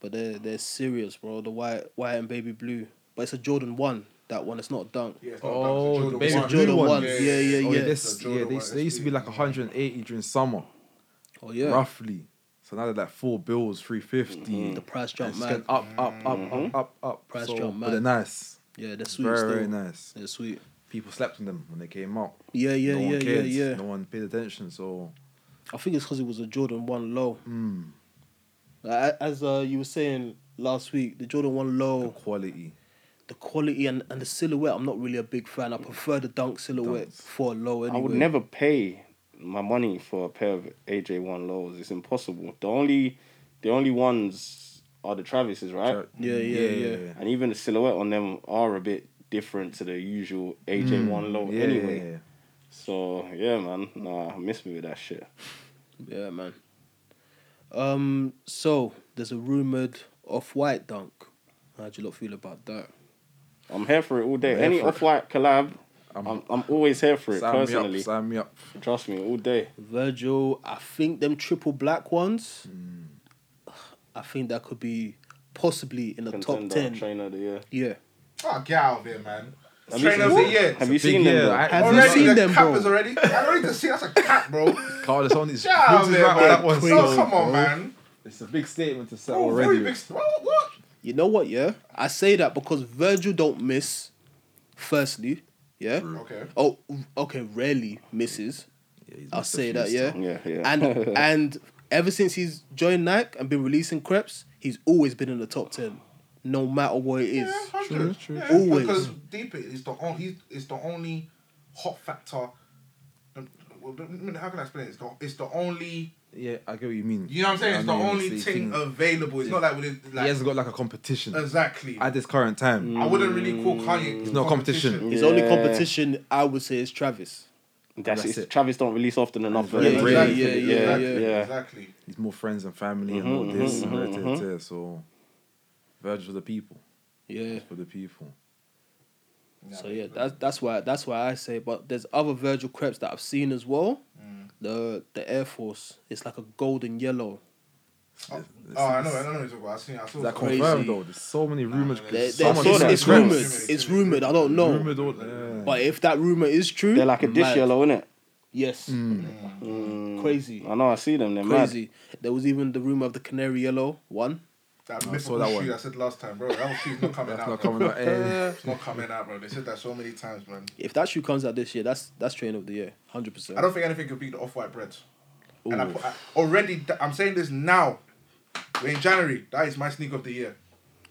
Speaker 5: But they're they're serious, bro. The white white and baby blue. But it's a Jordan 1. that one. It's not dunk.
Speaker 4: Yeah, it's not
Speaker 2: Oh,
Speaker 4: Dunks,
Speaker 2: the
Speaker 4: it's
Speaker 2: baby
Speaker 4: Jordan
Speaker 2: Jordan
Speaker 4: ones.
Speaker 2: ones.
Speaker 5: Yeah, yeah, yeah.
Speaker 2: Oh,
Speaker 5: yeah.
Speaker 2: yeah, this,
Speaker 4: The
Speaker 2: yeah,
Speaker 4: Jordan
Speaker 2: they,
Speaker 4: ones,
Speaker 2: they used to be like 180 during summer,
Speaker 5: Oh yeah. Mm-hmm.
Speaker 2: roughly. So now they're like four bills, 350.
Speaker 5: The price
Speaker 2: And
Speaker 5: jump,
Speaker 2: it's
Speaker 5: man.
Speaker 2: getting up, up, up, up, up, up.
Speaker 5: Price
Speaker 2: so,
Speaker 5: jump,
Speaker 2: But they're
Speaker 5: mad.
Speaker 2: nice.
Speaker 5: Yeah, they're sweet.
Speaker 2: Very,
Speaker 5: still.
Speaker 2: very nice.
Speaker 5: They're sweet.
Speaker 2: People slept on them when they came out.
Speaker 5: Yeah, yeah,
Speaker 2: no
Speaker 5: yeah,
Speaker 2: one
Speaker 5: yeah,
Speaker 2: cared.
Speaker 5: yeah.
Speaker 2: No one paid attention. So mm,
Speaker 5: I think it's because it was a Jordan One low. Like, a- As uh, you were saying last week, the Jordan One low,
Speaker 2: the quality.
Speaker 5: the quality and, and the silhouette. I'm not really a big fan. I prefer the dunk silhouette
Speaker 2: Dunks.
Speaker 5: for a low. Anyway.
Speaker 3: I would never pay my money for a pair of AJ One lows. It's impossible. The only, the only ones are the Travises, right?
Speaker 5: Uh, Yeah, yeah, yeah.
Speaker 3: And even the silhouette on them are a bit different to the usual AJ One low.
Speaker 2: Hmm. Yeah,
Speaker 3: anyway,
Speaker 2: yeah, yeah.
Speaker 3: so yeah, man, nah, miss me with that shit.
Speaker 5: Yeah, man. Um. So there's a rumored off-white dunk. How do you lot feel about that?
Speaker 3: I'm here for it all day.
Speaker 2: I'm here
Speaker 3: Any
Speaker 2: for it.
Speaker 3: off white collab,
Speaker 2: I'm-
Speaker 3: I'm, I'm always here for it
Speaker 2: Sign me
Speaker 3: personally.
Speaker 2: up. Sign me up.
Speaker 3: Trust me, all day.
Speaker 5: Virgil, I think them triple black ones.
Speaker 2: Mm.
Speaker 5: I think that could be possibly in the top
Speaker 3: Contender,
Speaker 5: ten.
Speaker 3: trainer of the year.
Speaker 5: Yeah.
Speaker 4: Ah, get out of here, man.
Speaker 3: Have you
Speaker 4: Trainer of
Speaker 3: seen-
Speaker 4: the year.
Speaker 3: Have
Speaker 2: a
Speaker 3: you
Speaker 2: big
Speaker 3: seen them?
Speaker 2: year.
Speaker 3: though?
Speaker 2: I-
Speaker 5: Have you
Speaker 4: Already,
Speaker 5: seen
Speaker 4: the
Speaker 5: them,
Speaker 4: cap
Speaker 5: bro?
Speaker 4: is already. I don't need to see. That's a cap,
Speaker 2: <laughs>
Speaker 4: bro.
Speaker 2: Carl,
Speaker 4: <laughs>
Speaker 2: it's on his
Speaker 4: Get out of
Speaker 2: Briggs is
Speaker 4: here,
Speaker 2: right with that
Speaker 4: man.
Speaker 2: one.
Speaker 4: No,
Speaker 2: So,
Speaker 4: come on,
Speaker 2: bro.
Speaker 4: man.
Speaker 2: It's a big statement to set
Speaker 4: Oh,
Speaker 2: already.
Speaker 4: very big. What? What?
Speaker 5: You know what? Yeah, I say that because Virgil don't miss. Firstly, yeah.
Speaker 4: Okay.
Speaker 5: Oh, okay. Rarely misses.
Speaker 2: Yeah, he's
Speaker 5: I'll
Speaker 2: missed a
Speaker 5: say
Speaker 2: few
Speaker 5: that.
Speaker 2: still.
Speaker 5: Yeah.
Speaker 3: Yeah, yeah. <laughs>
Speaker 5: And and ever since he's joined Nike and been releasing creps, he's always been in the top ten, no matter what it is.
Speaker 4: Yeah, hundred.
Speaker 2: true.
Speaker 4: Yeah,
Speaker 5: Always.
Speaker 4: Because deep it is the only. It's the only hot factor. um, well, How can I explain it? It's the, it's the only.
Speaker 2: Yeah, I get what you mean.
Speaker 4: You know what I'm saying? It's the
Speaker 2: I mean,
Speaker 4: only
Speaker 2: it's the
Speaker 4: thing available. It's
Speaker 2: Yeah.
Speaker 4: not like within
Speaker 2: he
Speaker 4: like
Speaker 2: hasn't got like a competition
Speaker 4: exactly.
Speaker 2: at this current time.
Speaker 3: Mm.
Speaker 4: I wouldn't really call Kanye.
Speaker 2: It's not competition.
Speaker 5: His only
Speaker 3: Yeah.
Speaker 5: competition, I would say, is Travis.
Speaker 3: That's,
Speaker 2: That's
Speaker 3: it.
Speaker 2: it.
Speaker 3: Travis don't release often enough.
Speaker 2: Yeah,
Speaker 3: man.
Speaker 5: yeah,
Speaker 4: Exactly,
Speaker 5: yeah, yeah,
Speaker 4: exactly,
Speaker 3: yeah.
Speaker 4: exactly.
Speaker 2: He's more friends and family and
Speaker 3: Mhm,
Speaker 2: all this.
Speaker 3: mhm,
Speaker 2: and
Speaker 3: mhm,
Speaker 2: that, that, that, So, Virgil for the people.
Speaker 5: Yeah.
Speaker 2: For the people.
Speaker 5: So yeah, that's that's why that's why I say. But there's other Virgil creps that I've seen as well. The the Air Force, it's like a golden yellow.
Speaker 4: Oh,
Speaker 2: This
Speaker 4: oh, I
Speaker 2: is-
Speaker 4: know, I know what you're talking about. I seen, I saw
Speaker 2: Is that
Speaker 4: it.
Speaker 5: crazy.
Speaker 2: confirmed though? There's so many rumors.
Speaker 4: Nah,
Speaker 5: They,
Speaker 4: There's
Speaker 5: they,
Speaker 2: Someone
Speaker 5: it's
Speaker 2: said
Speaker 5: it's
Speaker 2: crepes.
Speaker 5: rumored. It's rumored. I don't know.
Speaker 2: Rumored all yeah.
Speaker 5: But if that rumor is true,
Speaker 3: They're like a dish
Speaker 5: mad.
Speaker 3: yellow, innit? Mm.
Speaker 5: Yes, crazy,
Speaker 3: I know, I see them. They're mad.
Speaker 5: crazy. There was even the rumor of the canary yellow one.
Speaker 4: That
Speaker 2: I
Speaker 4: mythical
Speaker 2: saw that
Speaker 4: shoe
Speaker 2: one.
Speaker 4: I said last time, bro. That shoe's not coming
Speaker 2: That's
Speaker 4: out.
Speaker 2: not
Speaker 4: bro.
Speaker 2: coming out. eh.
Speaker 4: It's not coming out, bro. They said that so many times, man.
Speaker 5: If that shoe comes out this year, that's that's train of the year, hundred percent.
Speaker 4: I don't think anything could beat the off-white breads. And I,
Speaker 2: Ooh.
Speaker 4: put, I already, I'm saying this now. We're in January. That is my sneak of the year.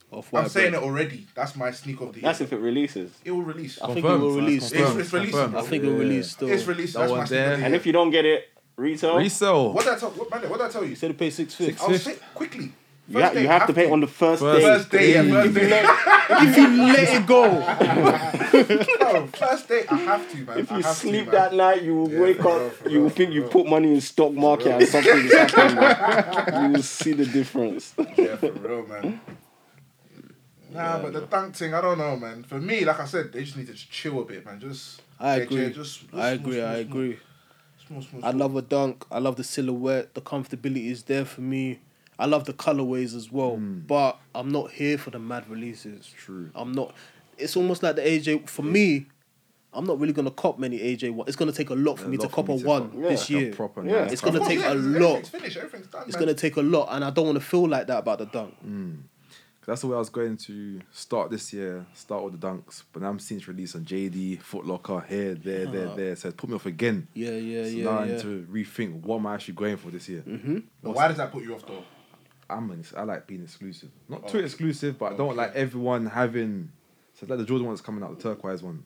Speaker 5: Off
Speaker 4: I'm saying it already. That's my sneak of the year.
Speaker 3: That's if it releases.
Speaker 4: it will release.
Speaker 5: I think it
Speaker 2: Confirmed,
Speaker 5: will
Speaker 2: that's
Speaker 5: release.
Speaker 2: confirmed,
Speaker 4: It's- it's
Speaker 2: that's
Speaker 4: released,
Speaker 2: confirmed.
Speaker 4: bro.
Speaker 5: I think it will
Speaker 2: Yeah.
Speaker 5: release still.
Speaker 4: It's released.
Speaker 2: That
Speaker 4: That's my
Speaker 2: one
Speaker 4: sneak
Speaker 2: there.
Speaker 4: of the
Speaker 3: And
Speaker 4: year.
Speaker 3: if you don't get it, retail,
Speaker 2: Resell.
Speaker 4: What did I tell? What, man, what did I tell you?
Speaker 5: Said to pay six fifty.
Speaker 4: I'll say quickly.
Speaker 3: you, ha-
Speaker 4: First day,
Speaker 3: you have to pay on the first,
Speaker 2: First
Speaker 3: day.
Speaker 4: First day, yeah, first day.
Speaker 3: <laughs>
Speaker 5: if you let it go,
Speaker 4: <laughs> Bro, first day, I have to, man.
Speaker 3: If
Speaker 4: I
Speaker 3: you
Speaker 4: have
Speaker 3: sleep
Speaker 4: to, man.
Speaker 3: that night, you will
Speaker 4: Yeah,
Speaker 3: wake
Speaker 4: for <laughs>
Speaker 3: up,
Speaker 4: real, for
Speaker 3: you will
Speaker 4: real,
Speaker 3: think
Speaker 4: for
Speaker 3: you
Speaker 4: real.
Speaker 3: put money in stock market and something is happening. man. You will see the difference.
Speaker 4: Yeah,
Speaker 3: <laughs>
Speaker 4: for real, man. Nah, but the dunk thing, I don't know, man. For me, like I said, they just need to just chill a bit, man. Just
Speaker 5: I
Speaker 4: yeah,
Speaker 5: agree.
Speaker 4: yeah, just
Speaker 5: I agree. I agree.
Speaker 4: Small, small,
Speaker 5: I love a dunk. I love the silhouette. The comfortability is there for me. I love the colorways as well. But I'm not here for the mad releases.
Speaker 2: Hmm. True.
Speaker 5: I'm not. It's almost like the AJ for me. I'm not really gonna cop many AJ one. It's gonna take a lot for
Speaker 2: A
Speaker 5: me to
Speaker 2: lot for
Speaker 5: cop
Speaker 2: me
Speaker 5: a
Speaker 2: to
Speaker 5: one
Speaker 2: cop.
Speaker 5: this
Speaker 2: Yeah.
Speaker 5: year.
Speaker 2: Proper,
Speaker 3: Yeah.
Speaker 2: nice
Speaker 5: It's gonna
Speaker 2: proper.
Speaker 5: take a
Speaker 4: Everything's
Speaker 5: lot.
Speaker 4: finished. Everything's done.
Speaker 5: It's
Speaker 4: man.
Speaker 5: gonna take a lot, and I don't want to feel like that about the dunk.
Speaker 2: Hmm. That's the way I was going to start this year, start with the dunks, but now I'm seeing it's released on JD, Foot Locker, here, there, there, there. So it put me off again.
Speaker 5: Yeah, yeah,
Speaker 2: so
Speaker 5: yeah,
Speaker 2: now I need
Speaker 5: yeah.
Speaker 2: to rethink what am I actually going for this year.
Speaker 4: But why does that put you off though?
Speaker 2: I'm an, I like being exclusive. Not too exclusive, but I don't like everyone having. So like the Jordan one's coming out, the turquoise one.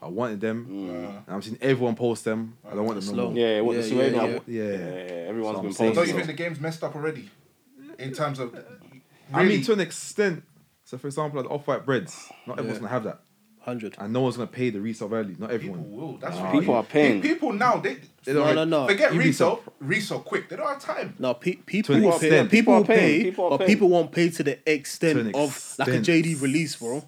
Speaker 2: I wanted them. And I'm seeing everyone post them. I don't want them no
Speaker 5: Slow.
Speaker 2: more.
Speaker 3: Yeah, what the
Speaker 5: Yeah, yeah,
Speaker 3: Suede one-
Speaker 2: yeah. Yeah.
Speaker 3: everyone's
Speaker 2: So I'm
Speaker 3: been
Speaker 2: saying-
Speaker 3: posting.
Speaker 4: Don't you think
Speaker 3: it.
Speaker 4: the game's messed up already? In terms of, really,
Speaker 2: I mean, to an extent. So for example, like the off-white breads, not everyone's gonna have that,
Speaker 5: Hundred.
Speaker 2: and no one's gonna pay the resale value. Not
Speaker 4: people
Speaker 2: everyone.
Speaker 4: will. That's
Speaker 3: Nah,
Speaker 4: what you-
Speaker 3: people are paying.
Speaker 4: People now they.
Speaker 2: They
Speaker 5: No,
Speaker 2: don't-
Speaker 5: no, no.
Speaker 4: Forget
Speaker 2: You'd be
Speaker 4: resale, resale quick. They don't have time.
Speaker 5: No, pe- people,
Speaker 2: an
Speaker 5: will
Speaker 2: extent.
Speaker 5: pay, people will
Speaker 3: People are paying,
Speaker 5: pay,
Speaker 3: people are
Speaker 5: but
Speaker 3: paying.
Speaker 5: people won't pay to the extent
Speaker 2: To an
Speaker 5: of like a
Speaker 2: extent.
Speaker 5: JD release, bro.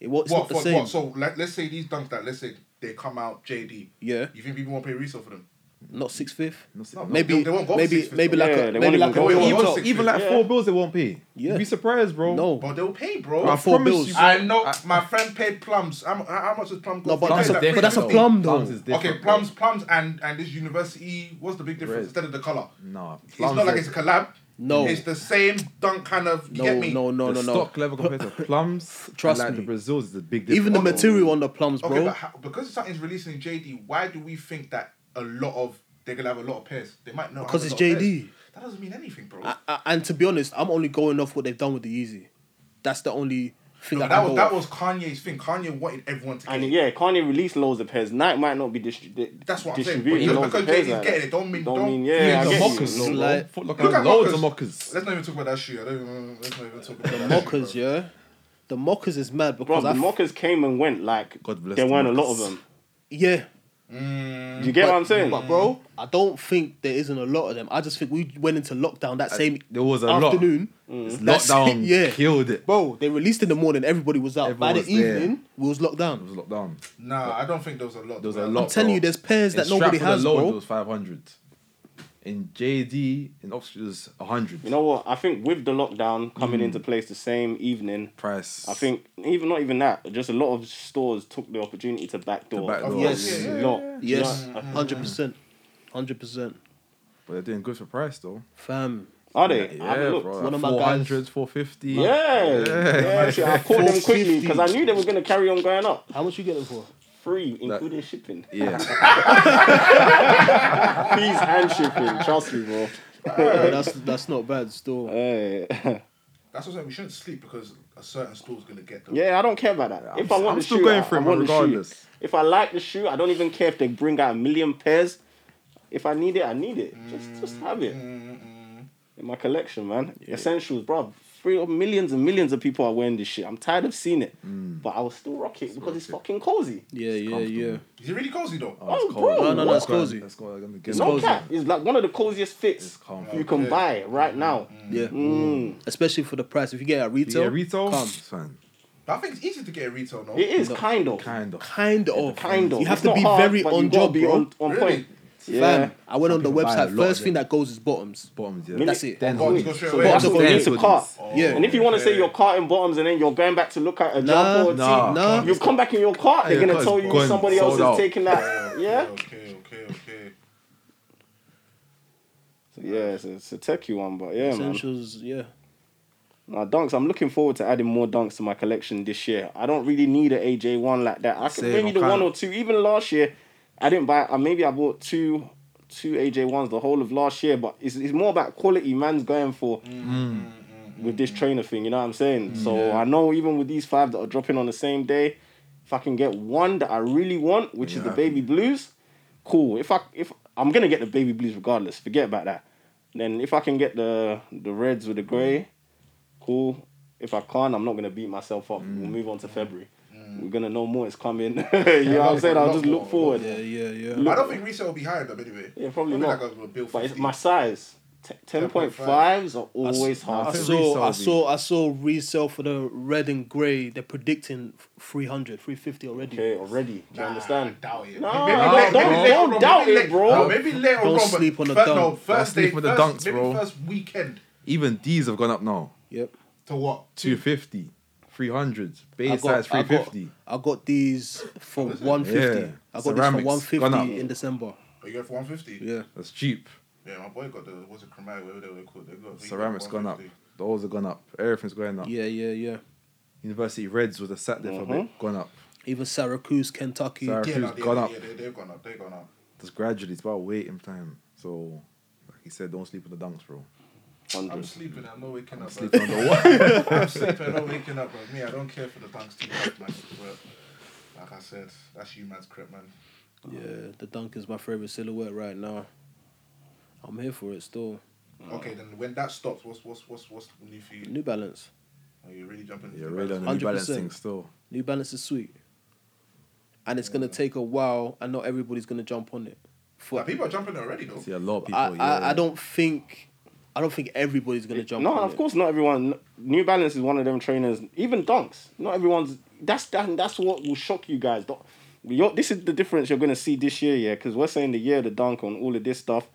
Speaker 5: It was
Speaker 4: What
Speaker 5: not the
Speaker 4: for?
Speaker 5: same.
Speaker 4: What? So like, let's say these dunks that let's say they come out JD.
Speaker 5: Yeah.
Speaker 4: You think people won't pay resale for them?
Speaker 5: not sixth, fifth.
Speaker 4: No,
Speaker 5: Maybe
Speaker 4: they- they won't go for
Speaker 5: maybe
Speaker 4: six fifth,
Speaker 5: maybe
Speaker 4: though.
Speaker 3: Yeah,
Speaker 5: like a,
Speaker 3: they won't
Speaker 5: maybe
Speaker 3: even
Speaker 5: like a
Speaker 3: go
Speaker 4: They won't
Speaker 5: eighth
Speaker 4: go
Speaker 5: or-
Speaker 4: six.
Speaker 2: Even like
Speaker 3: yeah.
Speaker 2: four bills, they won't pay.
Speaker 5: Yeah.
Speaker 2: You'd be surprised, bro.
Speaker 5: no.
Speaker 4: But they'll pay, bro.
Speaker 2: I
Speaker 5: Bro, four
Speaker 2: promise
Speaker 5: bills.
Speaker 2: you.
Speaker 4: I know my friend paid plums. How, mu- how much does plum go?
Speaker 5: No,
Speaker 4: for?
Speaker 5: but that's
Speaker 4: He
Speaker 5: a,
Speaker 4: paid
Speaker 5: but that's a
Speaker 4: $3.50.
Speaker 5: plum though.
Speaker 2: Plums is
Speaker 4: Okay,
Speaker 2: different, bro.
Speaker 4: plums, plums, and and this university. What's the big difference?
Speaker 2: Red.
Speaker 4: Instead of the color,
Speaker 2: Nah,
Speaker 4: it's
Speaker 2: plums
Speaker 4: not like
Speaker 2: is-
Speaker 4: it's a collab.
Speaker 5: No.
Speaker 4: it's the same dunk kind of. You
Speaker 5: no,
Speaker 4: get me?
Speaker 5: no, no,
Speaker 2: the
Speaker 5: no, no,
Speaker 2: stock level compared to plums.
Speaker 5: <laughs> Trust
Speaker 2: and like
Speaker 5: me.
Speaker 2: the Brazils is a big difference.
Speaker 5: Even the material on the plums,
Speaker 4: Okay,
Speaker 5: bro.
Speaker 4: but how, because something's releasing JD, why do we think that a lot of they're gonna have a lot of pairs? They might not.
Speaker 5: Because
Speaker 4: have a
Speaker 5: it's
Speaker 4: lot of
Speaker 5: JD.
Speaker 4: pairs. That doesn't mean anything, bro.
Speaker 5: I, I, and to be honest, I'm only going off what they've done with the Yeezy. That's the only thing
Speaker 4: But
Speaker 5: I can
Speaker 4: that was
Speaker 5: go
Speaker 4: that
Speaker 5: off.
Speaker 4: was Kanye's thing. Kanye wanted everyone to get.
Speaker 3: And
Speaker 4: it.
Speaker 3: yeah, Kanye released loads of pairs. Nike might not be distri-
Speaker 4: That's what I'm saying,
Speaker 3: distributing
Speaker 4: but
Speaker 3: loads
Speaker 4: because
Speaker 3: of pairs.
Speaker 4: JD's
Speaker 3: like
Speaker 4: getting
Speaker 3: that.
Speaker 4: it, don't mean-
Speaker 3: don't
Speaker 4: don't-
Speaker 3: mean
Speaker 2: Yeah,
Speaker 3: yeah. I
Speaker 2: the
Speaker 3: get you.
Speaker 2: mockers,
Speaker 3: No,
Speaker 2: bro.
Speaker 5: Like-
Speaker 2: Foot Locker,
Speaker 4: Look at
Speaker 2: loads of
Speaker 4: mockers.
Speaker 2: mockers.
Speaker 4: Let's not even talk about that shoe. I don't even, let's not even talk about
Speaker 5: the
Speaker 4: that
Speaker 5: mockers,
Speaker 4: shit,
Speaker 5: yeah. The mockers is mad
Speaker 3: Bro,
Speaker 5: because
Speaker 3: the
Speaker 5: I
Speaker 3: mockers came and went like
Speaker 2: God bless
Speaker 3: there
Speaker 2: the
Speaker 3: weren't a lot of
Speaker 2: mockers.
Speaker 3: them.
Speaker 5: yeah.
Speaker 3: Do you get
Speaker 5: but-
Speaker 3: what I'm saying?
Speaker 5: But bro, I don't think there isn't a lot of them. I just think we went into lockdown
Speaker 4: Uh,
Speaker 5: that same
Speaker 2: There was a lot.
Speaker 5: afternoon. That's-
Speaker 2: Lockdown
Speaker 5: Mm. <laughs> yeah.
Speaker 2: killed it.
Speaker 5: Bro, they released in the morning. Everybody was out. By the
Speaker 2: Everyone was there.
Speaker 5: evening, we was locked
Speaker 2: It
Speaker 5: down.
Speaker 2: was lockdown.
Speaker 4: bro. Nah, I don't think there was a lot.
Speaker 2: There was a
Speaker 4: bro.
Speaker 2: lot.
Speaker 5: I'm telling
Speaker 2: bro.
Speaker 5: you, there's pairs that
Speaker 2: In
Speaker 5: nobody
Speaker 2: Stratford
Speaker 5: has,
Speaker 2: alone,
Speaker 5: bro.
Speaker 2: There was 500. In JD, in Oxford, there's 100.
Speaker 3: You know what? I think with the lockdown coming
Speaker 2: Hmm.
Speaker 3: into place the same evening,
Speaker 2: price.
Speaker 3: I think even not even that, just a lot of stores took the opportunity to backdoor.
Speaker 2: To backdoor.
Speaker 5: Yes.
Speaker 3: A
Speaker 4: Oh, Yeah,
Speaker 3: lot.
Speaker 5: Yes,
Speaker 3: You know,
Speaker 5: hundred percent, hundred percent,
Speaker 2: But they're doing good for price, though.
Speaker 5: fam.
Speaker 3: Are they? I haven't
Speaker 2: Yeah, bro.
Speaker 3: looked.
Speaker 2: Like
Speaker 5: One of my
Speaker 2: 400, 450.
Speaker 3: Yeah, yeah. shit, I caught them quickly because I knew they were gonna carry on going up.
Speaker 5: How much you get them for?
Speaker 3: Free, including shipping. <laughs>
Speaker 2: Yeah.
Speaker 3: Fees and shipping. Trust me, bro.
Speaker 5: that's that's not bad still.
Speaker 3: Hey.
Speaker 4: That's what I'm saying. We shouldn't sleep because a certain store's gonna get them.
Speaker 3: Yeah, I don't care about that. if I
Speaker 2: I'm-
Speaker 3: want
Speaker 2: I'm
Speaker 3: the
Speaker 2: still
Speaker 3: shoe,
Speaker 2: going
Speaker 3: I-
Speaker 2: for
Speaker 3: I
Speaker 2: him
Speaker 3: want the shoe.
Speaker 2: regardless.
Speaker 3: If I like the shoe, I don't even care if they bring out a million pairs. If I need it, I need it. Just, just have it in my collection, man. Essentials, bro. Three or millions and millions of people are wearing this shit. I'm tired of seeing it,
Speaker 5: Mm.
Speaker 3: but I will still rock it because it's fucking cozy.
Speaker 5: Yeah, yeah, yeah.
Speaker 4: Is it really cozy though?
Speaker 3: Oh,
Speaker 2: it's
Speaker 3: bro.
Speaker 2: cold.
Speaker 5: No, no, no, it's
Speaker 2: Let's go,
Speaker 5: cozy.
Speaker 2: Let's go. I'm gonna get
Speaker 5: It's
Speaker 2: one.
Speaker 3: No
Speaker 5: cozy.
Speaker 3: cap, it's like one of the coziest
Speaker 2: It's
Speaker 3: fits
Speaker 2: comfortable.
Speaker 3: you can buy right now.
Speaker 5: Yeah.
Speaker 3: Mm.
Speaker 5: Especially for the price. If you get it at retail,
Speaker 2: Yeah, retail.
Speaker 5: Come.
Speaker 2: It's fine.
Speaker 4: But I think it's easy to get a retail though.
Speaker 3: It is
Speaker 5: No.
Speaker 3: kind of,
Speaker 2: Kind of. <laughs>
Speaker 5: kind of.
Speaker 3: kind of.
Speaker 5: You have
Speaker 3: It's
Speaker 5: to
Speaker 3: not
Speaker 5: be
Speaker 3: hard,
Speaker 5: very
Speaker 3: but you
Speaker 5: on
Speaker 3: gotta
Speaker 5: job,
Speaker 3: be
Speaker 5: bro.
Speaker 3: on, on
Speaker 4: Really?
Speaker 3: point. Yeah.
Speaker 5: Fam, I went on the
Speaker 2: people buy a
Speaker 5: website.
Speaker 2: lot of
Speaker 5: First thing
Speaker 2: them.
Speaker 5: that goes is bottoms.
Speaker 2: Bottoms, yeah.
Speaker 5: That's it.
Speaker 2: Then
Speaker 4: Oh,
Speaker 2: hoodies.
Speaker 4: go straight
Speaker 2: So
Speaker 4: away.
Speaker 3: That's
Speaker 2: then
Speaker 3: what we need to
Speaker 2: hoodies.
Speaker 3: cut.
Speaker 5: Yeah.
Speaker 3: And if you want to say
Speaker 4: Oh, Okay.
Speaker 3: you're carting bottoms and then you're going back to look at a jumper or a
Speaker 2: nah,
Speaker 3: tee,
Speaker 5: nah.
Speaker 3: you come back in your cart, they're
Speaker 2: Yeah,
Speaker 3: gonna
Speaker 2: it's
Speaker 3: tell you
Speaker 2: gone,
Speaker 3: somebody else
Speaker 2: sold
Speaker 3: is
Speaker 2: out.
Speaker 3: taking that.
Speaker 4: Okay,
Speaker 3: Yeah.
Speaker 4: Okay. Okay. Okay.
Speaker 3: So, yeah, it's a, it's a techie one, but yeah, man.
Speaker 5: Essentials, yeah.
Speaker 3: Nah, dunks. I'm looking forward to adding more dunks to my collection this year. I don't really need an AJ one like that. I could
Speaker 2: Same,
Speaker 3: maybe
Speaker 2: I'm
Speaker 3: the one
Speaker 2: kinda-
Speaker 3: or two. Even last year, I didn't buy. Uh, maybe I bought two, two AJ ones the whole of last year. But it's, it's more about quality. Man's going for
Speaker 2: Mm.
Speaker 3: with this trainer thing. You know what I'm saying? so I know even with these five that are dropping on the same day, if I can get one that I really want, which is the
Speaker 2: Yeah.
Speaker 3: baby blues, cool. If I if I'm gonna get the baby blues regardless, forget about that. Then if I can get the the reds with the grey, cool. If I can't, I'm not gonna beat myself up.
Speaker 4: Mm.
Speaker 3: We'll move on to February. We're gonna know more. It's coming. <laughs> you know what I'm saying? I'll just look forward.
Speaker 5: Yeah, yeah, yeah.
Speaker 4: I don't think resale will be higher though. Anyway.
Speaker 3: Yeah, probably
Speaker 4: Maybe
Speaker 3: not.
Speaker 4: Like a, a bill
Speaker 3: But it's
Speaker 4: 50.
Speaker 3: my size. T- 10.5s are always
Speaker 5: I
Speaker 3: hard.
Speaker 2: think
Speaker 5: saw, I
Speaker 2: resale
Speaker 5: saw, I saw resale for the red and grey. They're predicting 300, 350 already.
Speaker 3: Okay, already. Do you
Speaker 4: Nah,
Speaker 3: understand?
Speaker 4: I doubt it.
Speaker 3: No,
Speaker 4: Maybe
Speaker 3: no,
Speaker 4: later-
Speaker 3: don't-
Speaker 4: maybe later
Speaker 3: don't
Speaker 4: on,
Speaker 3: doubt
Speaker 4: maybe
Speaker 3: it,
Speaker 4: later-
Speaker 3: bro.
Speaker 4: no, Maybe later
Speaker 5: Don't
Speaker 4: on, but
Speaker 5: sleep on the
Speaker 4: fir-
Speaker 5: dunk.
Speaker 4: No,
Speaker 5: Don't
Speaker 4: first
Speaker 2: sleep
Speaker 4: day,
Speaker 2: on the
Speaker 4: first-
Speaker 2: dunks,
Speaker 4: maybe
Speaker 2: bro.
Speaker 4: First weekend
Speaker 2: Even these have gone up now.
Speaker 5: Yep.
Speaker 4: to what?
Speaker 2: 250, 300,
Speaker 5: I
Speaker 2: base
Speaker 5: got-
Speaker 2: size
Speaker 5: I got-
Speaker 2: 350.
Speaker 5: I got these for 150.
Speaker 2: Yeah.
Speaker 5: I got
Speaker 2: Ceramics.
Speaker 5: these for
Speaker 2: Gone up.
Speaker 5: 150 in December.
Speaker 4: Are you going for one fifty?
Speaker 5: Yeah.
Speaker 2: That's cheap.
Speaker 4: Yeah, my boy got the what's it chromatic, whatever they were called. They got
Speaker 2: Ceramics
Speaker 4: he got
Speaker 2: gone up.
Speaker 4: 150.
Speaker 2: The oils have gone up. Everything's going up.
Speaker 5: Yeah, yeah, yeah.
Speaker 2: University Reds was a sat there for a
Speaker 3: Uh-huh.
Speaker 2: bit, gone up.
Speaker 5: Even Syracuse, Kentucky.
Speaker 2: Syrac-
Speaker 4: Yeah, no,
Speaker 2: Who's
Speaker 4: yeah,
Speaker 2: gone up?
Speaker 4: yeah, they, they've gone up. They've gone up.
Speaker 2: Just gradually, it's about waiting time. So, like he said, don't sleep on the dunks,
Speaker 5: <laughs>
Speaker 2: bro.
Speaker 4: I'm
Speaker 3: 100.
Speaker 4: sleeping. I'm not waking up.
Speaker 2: Sleep
Speaker 4: <laughs>
Speaker 2: on the <laughs> what?
Speaker 4: bro. I'm sleeping. I'm not waking up, bro. Me, I don't care for the dunks too much, man. But like I said, that's you, man's crap, man.
Speaker 5: Yeah, the dunk is my favorite silhouette right now. I'm here for it still.
Speaker 4: Okay, then when that stops, what's what's what's what's new for you?
Speaker 5: New Balance.
Speaker 4: Are you Oh, really jumping? into
Speaker 2: You're
Speaker 4: the
Speaker 2: really on
Speaker 4: balance?
Speaker 2: the new
Speaker 5: 100%.
Speaker 2: balance thing still.
Speaker 5: New Balance is sweet. And it's gonna take a while, and not everybody's gonna jump on it. For
Speaker 4: Like, people are jumping already though.
Speaker 2: See a lot of people.
Speaker 5: I,
Speaker 2: yeah,
Speaker 5: I,
Speaker 2: yeah.
Speaker 5: I don't think, I don't think everybody's gonna jump.
Speaker 3: No,
Speaker 5: on
Speaker 3: of
Speaker 5: it.
Speaker 3: course not everyone. New Balance is one of them trainers. Even Dunks. Not everyone's. That's that, That's what will shock you guys. Don't- You're, this is the difference you're going to see this year, yeah, because we're saying the year of the dunk on all of this stuff.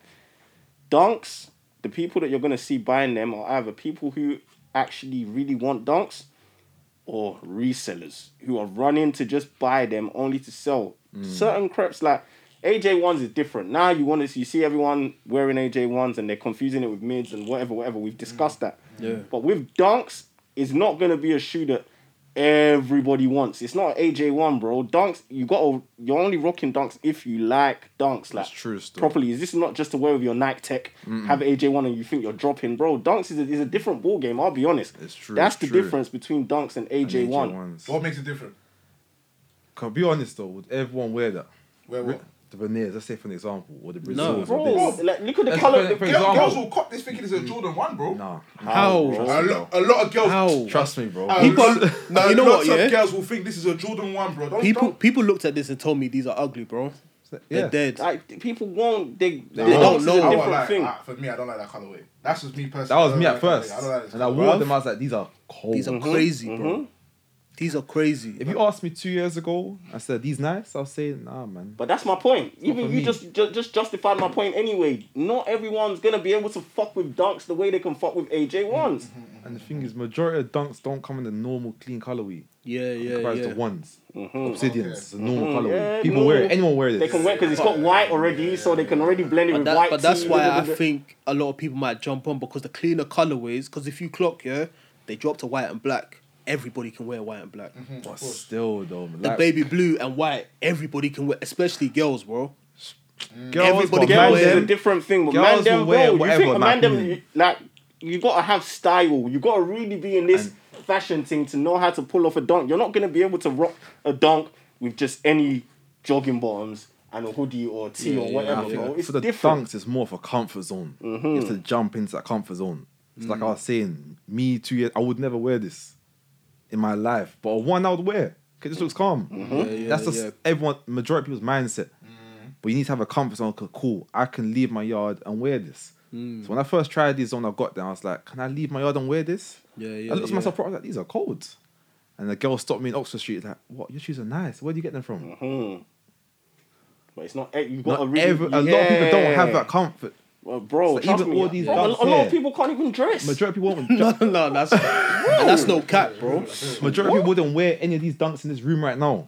Speaker 3: Dunks, the people that you're going to see buying them are either people who actually really want dunks or resellers who are running to just buy them only to sell.
Speaker 2: Mm.
Speaker 3: Certain creps like AJ ones is different. Now you want to you see everyone wearing AJ ones and they're confusing it with mids and whatever, whatever. We've discussed that.
Speaker 2: Mm.
Speaker 5: Yeah.
Speaker 3: But with dunks, it's not gonna be a shoe that everybody wants. It's not AJ one, bro. Dunks, you got to you're only rocking dunks if you like dunks. Like
Speaker 2: That's true still.
Speaker 3: properly. This is not just to wear with your Nike Tech, have AJ one, and you think you're dropping, bro. Dunks is a, is a different ball game. I'll be honest.
Speaker 2: It's true,
Speaker 3: That's
Speaker 2: it's
Speaker 3: the
Speaker 2: true.
Speaker 3: difference between dunks and
Speaker 2: And
Speaker 3: AJ one.
Speaker 2: ones.
Speaker 4: What makes it different?
Speaker 2: Can be honest though, would everyone wear that?
Speaker 4: Where what?
Speaker 2: The veneers, let's say for an example, or the
Speaker 5: No,
Speaker 2: Brazils.
Speaker 3: Bro,
Speaker 2: or this.
Speaker 3: like, look at the
Speaker 2: That's
Speaker 3: color.
Speaker 2: for- for
Speaker 3: the-
Speaker 4: Girl,
Speaker 2: example-
Speaker 4: girls will cop this thinking it's a Jordan 1, bro.
Speaker 2: Mm. Nah,
Speaker 5: How?
Speaker 2: bro.
Speaker 4: A, lo- a lot of girls.
Speaker 5: How?
Speaker 2: Trust me, bro.
Speaker 4: A
Speaker 5: People-
Speaker 4: lot,
Speaker 5: No,
Speaker 4: a
Speaker 5: you know
Speaker 4: lot
Speaker 5: what,
Speaker 4: of
Speaker 5: yeah?
Speaker 4: girls will think this is a Jordan 1, bro. Don't,
Speaker 5: People
Speaker 4: don't-
Speaker 5: people looked at this and told me these are ugly, bro.
Speaker 2: yeah.
Speaker 5: They're dead.
Speaker 3: Like people won't. They, they
Speaker 5: won't
Speaker 3: don't
Speaker 4: I
Speaker 3: know.
Speaker 5: know.
Speaker 3: A
Speaker 4: won't
Speaker 3: different
Speaker 4: lie,
Speaker 3: thing.
Speaker 4: ah, for me, I don't like that colorway. That's just me personally.
Speaker 2: That was
Speaker 4: I
Speaker 2: me
Speaker 4: don't
Speaker 2: at
Speaker 4: like that
Speaker 2: first,
Speaker 4: colorway. I don't like this
Speaker 2: and I
Speaker 4: colorway.
Speaker 2: wore them. I was like, these are cold.
Speaker 5: These are
Speaker 3: Mm-hmm.
Speaker 5: crazy, bro. These are crazy.
Speaker 2: If you asked me two years ago, I said these nice. I'll say nah, man.
Speaker 3: But that's my point.
Speaker 2: for
Speaker 3: Even you
Speaker 2: me.
Speaker 3: just, ju- just justified my point anyway. Not everyone's gonna be able to fuck with dunks the way they can fuck with AJ ones.
Speaker 2: And the thing is, majority of dunks don't come in the normal clean colorway.
Speaker 5: yeah, yeah,
Speaker 2: compared
Speaker 5: yeah. Mm-hmm.
Speaker 2: to ones, obsidians,
Speaker 4: Okay.
Speaker 2: it's a normal
Speaker 3: Mhm.
Speaker 2: colorway.
Speaker 3: Yeah,
Speaker 2: People wear it.
Speaker 3: normal.
Speaker 2: Anyone wear this?
Speaker 3: They can wear because it's got white already, so they can already blend it
Speaker 5: But,
Speaker 3: with
Speaker 5: that-
Speaker 3: white.
Speaker 5: but that's
Speaker 3: tee,
Speaker 5: why
Speaker 3: blah, <laughs> blah,
Speaker 5: I
Speaker 3: blah.
Speaker 5: think a lot of people might jump on because the cleaner colorways. Because if you clock, yeah, they drop to white and black. Everybody can wear white and black.
Speaker 3: Mm-hmm.
Speaker 2: But still, though, man,
Speaker 5: The
Speaker 2: like,
Speaker 5: baby blue and white, everybody can wear, especially girls, bro.
Speaker 2: girls,
Speaker 5: everybody
Speaker 2: but
Speaker 5: can
Speaker 3: Girls
Speaker 2: man,
Speaker 5: wear
Speaker 3: is
Speaker 5: them.
Speaker 3: a different thing, but
Speaker 2: girls
Speaker 3: man,
Speaker 2: will
Speaker 3: them,
Speaker 2: wear
Speaker 3: bro, you
Speaker 2: whatever,
Speaker 3: think,
Speaker 2: in my
Speaker 3: man, them,
Speaker 2: opinion.
Speaker 3: you- like, you gotta have style. You gotta really be in this fashion thing to know how to pull off a dunk. You're not gonna be able to rock a dunk with just any jogging bottoms and a hoodie or a tee
Speaker 5: Yeah,
Speaker 3: or
Speaker 5: yeah,
Speaker 2: I
Speaker 3: whatever,
Speaker 2: think
Speaker 3: bro. It's
Speaker 2: for the
Speaker 3: different.
Speaker 2: dunks, it's more of a comfort zone. You have to jump into that comfort zone. It's like I was saying, me two years, I would never wear this in my life, but one I would wear. 'cause It just looks calm.
Speaker 5: yeah,
Speaker 2: That's just
Speaker 5: yeah.
Speaker 2: everyone, majority of people's mindset. But you need to have a comfort zone. 'cause cool, I can leave my yard and wear this. So when I first tried these on, I got there. I was like, can I leave my yard and wear this?
Speaker 5: Yeah,
Speaker 2: I
Speaker 5: yeah,
Speaker 2: looked at
Speaker 5: yeah.
Speaker 2: myself. I was like, these are cold. And the girl stopped me in Oxford Street. Like, what? Your shoes are nice. Where do you get them from?
Speaker 3: But it's not, eh, you
Speaker 2: Not
Speaker 3: gotta really.
Speaker 2: every- a lot of people don't have
Speaker 3: Yeah.
Speaker 2: that comfort.
Speaker 3: Well, bro,
Speaker 2: So
Speaker 3: trust
Speaker 2: even
Speaker 3: me,
Speaker 2: all these
Speaker 3: bro, a,
Speaker 2: dunks
Speaker 3: a lot
Speaker 2: here-
Speaker 3: of people can't even dress.
Speaker 2: Majority of people won't.
Speaker 5: <laughs> no, no, that's that's no cap, bro.
Speaker 2: Majority of people wouldn't wear any of these dunks in this room right now.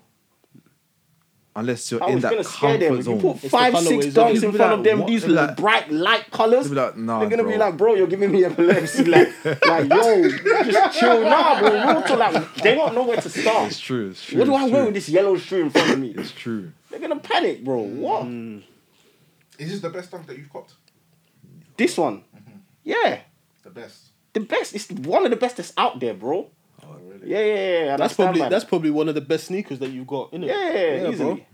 Speaker 2: Unless you're
Speaker 3: I
Speaker 2: in
Speaker 3: was
Speaker 2: that
Speaker 3: gonna scare them. If
Speaker 2: comfort
Speaker 3: you
Speaker 2: zone.
Speaker 3: put
Speaker 5: the
Speaker 3: five, six
Speaker 5: colourways,
Speaker 3: dunks
Speaker 2: they'll
Speaker 3: in
Speaker 2: be
Speaker 3: front
Speaker 2: like,
Speaker 3: of them,
Speaker 2: what?
Speaker 3: these
Speaker 2: They'll be like-
Speaker 3: bright light colors.
Speaker 2: They'll be like, nah,
Speaker 3: They're gonna
Speaker 2: bro.
Speaker 3: be like, bro, you're giving me epilepsy.
Speaker 2: <laughs>
Speaker 3: Like, like, yo, just chill now, bro. Real talk, like, they won't know where to
Speaker 2: It's
Speaker 3: start.
Speaker 2: true. It's true.
Speaker 3: What do
Speaker 2: it's
Speaker 3: I
Speaker 2: true.
Speaker 3: wear with this yellow shoe in front of me?
Speaker 2: It's true.
Speaker 3: They're gonna panic, bro. What?
Speaker 5: Mm.
Speaker 4: Is this the best dunk that you've copped?
Speaker 3: This one,
Speaker 2: Mm-hmm.
Speaker 3: yeah,
Speaker 4: The best.
Speaker 3: the best. It's one of the best that's out there, bro.
Speaker 2: Oh,
Speaker 3: Yeah, yeah, yeah. yeah,
Speaker 5: That's
Speaker 3: I stand
Speaker 5: probably
Speaker 3: by
Speaker 5: that's
Speaker 3: that.
Speaker 5: probably one of the best sneakers that you've got, innit?
Speaker 3: yeah, yeah, easily.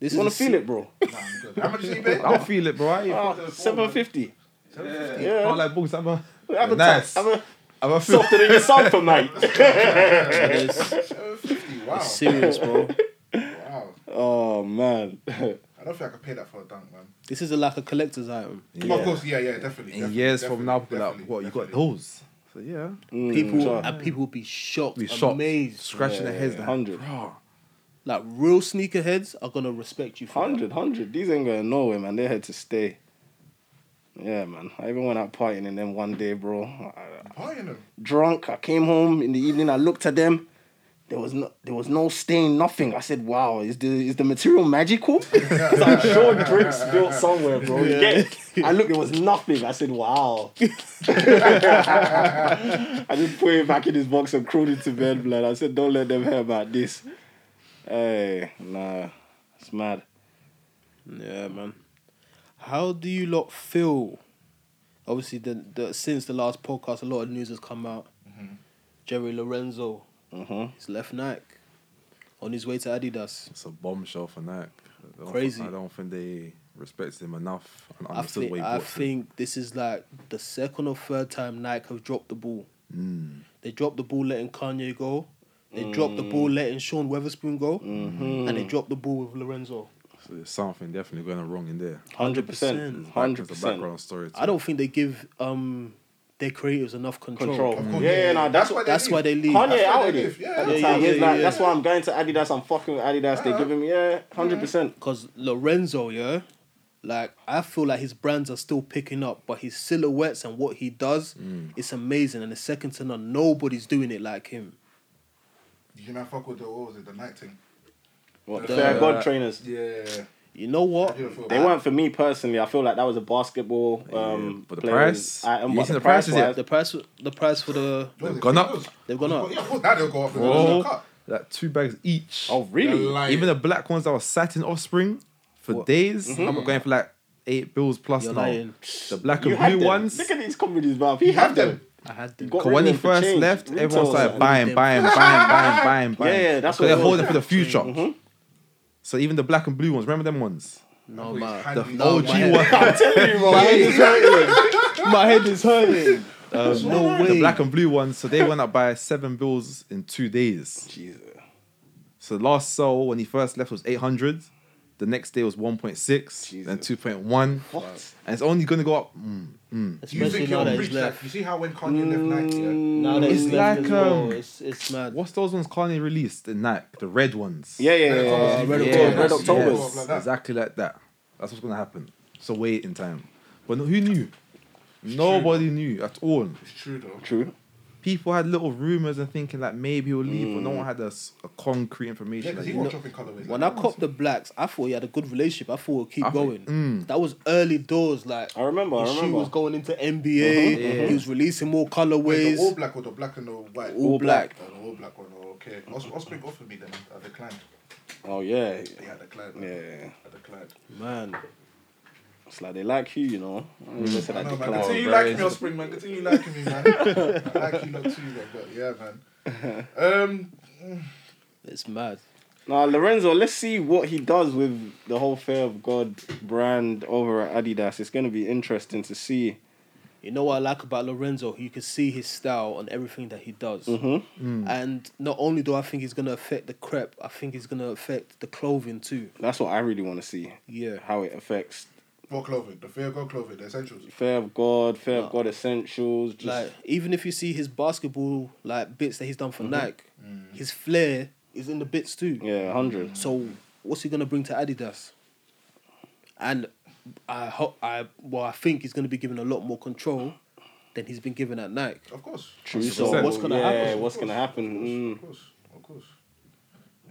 Speaker 5: This
Speaker 3: You wanna
Speaker 5: is a
Speaker 3: feel it,
Speaker 5: <laughs>
Speaker 3: bro?
Speaker 4: Nah, I'm good. How much is
Speaker 2: <laughs>
Speaker 4: eBay?
Speaker 2: I'll feel it,
Speaker 3: <laughs>
Speaker 2: bro. I ain't
Speaker 3: Ah,
Speaker 4: the form, man.
Speaker 3: Seven fifty.
Speaker 2: I can't like books. I'm a,
Speaker 3: Have a
Speaker 2: nice.
Speaker 3: nice. Have a <laughs>
Speaker 2: I'm a feel.
Speaker 3: softer than your sofa,
Speaker 2: <laughs>
Speaker 3: mate.
Speaker 5: It's
Speaker 4: 750. Wow.
Speaker 5: serious, bro.
Speaker 4: Wow.
Speaker 3: oh man.
Speaker 4: I don't think I could pay that for a dunk, man.
Speaker 5: This is a, like a collector's item.
Speaker 4: Oh, of course, yeah, yeah, definitely.
Speaker 2: In
Speaker 4: definitely,
Speaker 2: years from now,
Speaker 4: definitely,
Speaker 2: people like, what? You got
Speaker 4: definitely.
Speaker 2: those? So yeah.
Speaker 3: Mm,
Speaker 5: People and people will be shocked,
Speaker 2: Be shocked,
Speaker 5: amazed.
Speaker 2: scratching their heads.
Speaker 3: yeah,
Speaker 2: like,
Speaker 3: 100.
Speaker 2: "Bruh."
Speaker 5: Like real sneakerheads are gonna respect you for that.
Speaker 3: 100, 100. These ain't going nowhere, man. They had to stay. Yeah, man. I even went out partying and then one day, bro, I,
Speaker 4: Buying them.
Speaker 3: drunk, I came home in the evening. I looked at them. There was no, there was no stain, nothing. I said, "Wow, is the is the material <laughs> magical?" 'Cause I'm sure drips built somewhere, bro. You get it? I looked, there was nothing. I said, <laughs> "Wow." I just put it back in his box and crawled into bed, blood. I said, "Don't let them hear about this." Hey, nah, it's mad.
Speaker 5: Yeah, man. How do you lot feel? Obviously, the, the since the last podcast, a lot of news has come out.
Speaker 2: Mm-hmm.
Speaker 5: Jerry Lorenzo,
Speaker 3: Mhm.
Speaker 5: he's left Nike, on his way to Adidas.
Speaker 2: It's a bombshell for Nike. I don't-
Speaker 5: Crazy.
Speaker 2: I don't think they respected him enough and
Speaker 5: I
Speaker 2: understood
Speaker 5: think
Speaker 2: what he
Speaker 5: I
Speaker 2: brought. to them.
Speaker 5: think this is like the second or third time Nike have dropped the ball.
Speaker 2: Mm.
Speaker 5: They dropped the ball letting Kanye go. They dropped the ball letting Sean Weatherspoon go, and they dropped the ball with Lorenzo.
Speaker 2: So there's something definitely going wrong in there.
Speaker 3: Hundred percent,
Speaker 2: There's
Speaker 3: hundred
Speaker 2: a
Speaker 3: percent.
Speaker 2: background story. to
Speaker 5: I don't think they give um their creatives enough control.
Speaker 3: Control.
Speaker 4: Of course,
Speaker 3: Yeah,
Speaker 4: yeah,
Speaker 3: yeah,
Speaker 4: yeah.
Speaker 3: no,
Speaker 4: That's
Speaker 3: that's
Speaker 4: why
Speaker 3: what.
Speaker 4: they
Speaker 5: That's why they leave.
Speaker 4: That's why
Speaker 3: Kanye out
Speaker 4: they
Speaker 3: with it.
Speaker 4: leave, yeah,
Speaker 3: At the
Speaker 5: yeah,
Speaker 3: time,
Speaker 5: yeah,
Speaker 3: he's like,
Speaker 5: yeah,
Speaker 3: that's
Speaker 5: yeah.
Speaker 3: why I'm going to Adidas. I'm fucking with Adidas. They give him, yeah, hundred percent.
Speaker 5: Because Lorenzo, yeah, like I feel like his brands are still picking up, but his silhouettes and what he does,
Speaker 2: Mm.
Speaker 5: it's amazing. And the second to none, nobody's doing it like him.
Speaker 4: Did you not fuck with the what was it the night thing?
Speaker 3: What
Speaker 5: The-
Speaker 3: the fair God trainers?
Speaker 4: Yeah.
Speaker 5: You know
Speaker 4: I
Speaker 5: what?
Speaker 4: do feel
Speaker 3: They
Speaker 4: bad.
Speaker 3: weren't for me personally. I feel like that was a basketball. Um,
Speaker 2: but the
Speaker 3: player's
Speaker 2: price?
Speaker 3: item,
Speaker 2: You
Speaker 3: but
Speaker 2: seen
Speaker 3: the
Speaker 2: the price,
Speaker 3: price,
Speaker 2: is it?
Speaker 3: wise-
Speaker 5: The price, the price for the
Speaker 4: What was it,
Speaker 2: gone up. Oh.
Speaker 4: Fifty mils?
Speaker 5: They've gone up.
Speaker 4: Yeah, of course. Now they'll go up. They're
Speaker 2: Bro,
Speaker 4: gonna cut.
Speaker 2: like two bags each.
Speaker 3: Oh really?
Speaker 4: They're lying.
Speaker 2: Even the black ones that were sat in offspring for days,
Speaker 3: Mm-hmm.
Speaker 2: I'm going for like eight bills plus
Speaker 5: You're
Speaker 2: now.
Speaker 5: lying.
Speaker 2: The black
Speaker 3: You
Speaker 2: and
Speaker 3: had
Speaker 2: blue
Speaker 3: them.
Speaker 2: ones.
Speaker 3: Look at these comedies, man. He had them.
Speaker 5: I had them.
Speaker 3: Got rid of
Speaker 2: When he
Speaker 3: them for
Speaker 2: first
Speaker 3: change.
Speaker 2: left,
Speaker 3: Retail
Speaker 2: everyone started
Speaker 3: sale. <laughs>
Speaker 2: buying, buying, buying, buying, buying, buying.
Speaker 3: Yeah, yeah, that's
Speaker 2: so
Speaker 3: what
Speaker 2: they're
Speaker 3: it
Speaker 2: holding
Speaker 3: was. Mm-hmm.
Speaker 2: for the future. So even the black and blue ones, remember them ones?
Speaker 5: No
Speaker 4: Please,
Speaker 5: man,
Speaker 4: hand
Speaker 2: The
Speaker 4: me
Speaker 2: OG
Speaker 4: that.
Speaker 5: my
Speaker 3: <laughs>
Speaker 5: head-
Speaker 2: one.
Speaker 3: I'm telling you, bro. My head <laughs> is hurting. My head is hurting.
Speaker 5: Um, no way.
Speaker 2: The black and blue ones, so they went up by seven bills in two days.
Speaker 3: Jesus.
Speaker 2: So the last sell when he first left was 800. The next day was 1.6, then
Speaker 3: Jesus.
Speaker 2: 2.1.
Speaker 3: What?
Speaker 2: And it's only going to go up. mm,
Speaker 4: You
Speaker 5: especially
Speaker 4: think
Speaker 5: now
Speaker 4: you'll
Speaker 5: that
Speaker 4: reach
Speaker 5: he's
Speaker 4: that?
Speaker 5: left. Mm.
Speaker 4: You see how when Kanye left Nike, yeah?
Speaker 5: Now that
Speaker 2: It's
Speaker 5: he's left
Speaker 2: like,
Speaker 5: as well,
Speaker 2: um,
Speaker 5: it's it's mad.
Speaker 2: What's those ones Kanye released in Nike? The red ones.
Speaker 3: Yeah, yeah, yeah.
Speaker 4: Red
Speaker 3: yeah.
Speaker 4: October.
Speaker 5: Red
Speaker 3: Yeah,
Speaker 5: October.
Speaker 3: Red
Speaker 5: Yes.
Speaker 3: October.
Speaker 4: Yes. Like that.
Speaker 2: Exactly like that. That's what's gonna happen. So wait in time. But no, who knew? Nobody knew at all.
Speaker 4: It's true though.
Speaker 3: True.
Speaker 2: People had little rumors and thinking like maybe he'll leave, but no one had a, s- a concrete
Speaker 4: Yeah,
Speaker 2: information.
Speaker 4: because
Speaker 2: Like,
Speaker 4: he
Speaker 2: you
Speaker 4: won't
Speaker 2: know-
Speaker 4: drop in colorways.
Speaker 5: When I copped the blacks, I thought he had a good relationship. I thought we'll keep
Speaker 2: I thought-
Speaker 5: going.
Speaker 4: Mm.
Speaker 5: That was early doors. Like
Speaker 3: I remember, I
Speaker 5: his shoe
Speaker 3: remember.
Speaker 5: was going into NBA.
Speaker 2: Mhm.
Speaker 5: He was releasing more
Speaker 4: Uh-huh. Wait,
Speaker 5: colorways.
Speaker 4: the all black or the black and the white?
Speaker 5: All All black.
Speaker 4: Oh, the all black one. Oh, okay. Os- Osprey offered me then. I declined.
Speaker 3: Oh yeah.
Speaker 4: Yeah, I declined.
Speaker 3: Yeah.
Speaker 4: I declined.
Speaker 3: Man. It's like they like you, you know. Mm. They said
Speaker 4: I
Speaker 3: like
Speaker 4: know,
Speaker 3: the
Speaker 4: man.
Speaker 3: clown.
Speaker 4: Continue
Speaker 2: Oh, bro.
Speaker 4: liking me, Osprey, man. Continue liking me, man. I like you lot too, man. But yeah, man.
Speaker 5: <laughs>
Speaker 4: Um,
Speaker 5: It's mad.
Speaker 3: Now Lorenzo, let's see what he does with the whole Fair of God brand over at Adidas. It's gonna be interesting to see.
Speaker 5: You know what I like about Lorenzo? You can see his style on everything that he does.
Speaker 3: Mm-hmm.
Speaker 4: Mm.
Speaker 5: And not only do I think he's going to affect the crep, I think he's going to affect the clothing too.
Speaker 3: That's what I really want to see.
Speaker 5: Yeah.
Speaker 3: How it affects
Speaker 4: what clothing? The Fear of God clothing, the essentials.
Speaker 3: Fair of God, Fair of God essentials. Just
Speaker 5: Like even if you see his basketball like bits that he's done for Nike, his flair is in the bits too.
Speaker 3: Mm-hmm. Mm. yeah, hundred.
Speaker 5: So what's he gonna bring to Adidas? And I hope I well I think he's gonna be given a lot more control than he's been given at Nike.
Speaker 4: Of course.
Speaker 3: True.
Speaker 5: So
Speaker 3: So
Speaker 5: what's gonna
Speaker 3: yeah,
Speaker 5: happen?
Speaker 3: What's gonna
Speaker 4: Of course,
Speaker 3: happen? Mm.
Speaker 4: of course, of course.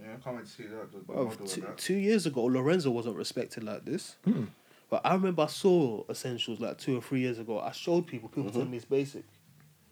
Speaker 4: Yeah, I can't wait to see that. The, the
Speaker 5: Bruv,
Speaker 4: model
Speaker 5: two,
Speaker 4: and that.
Speaker 5: two years ago, Lorenzo wasn't respected like this. But I remember I saw Essentials like two or three years ago. I showed people, people
Speaker 3: Mm-hmm.
Speaker 5: told me it's basic.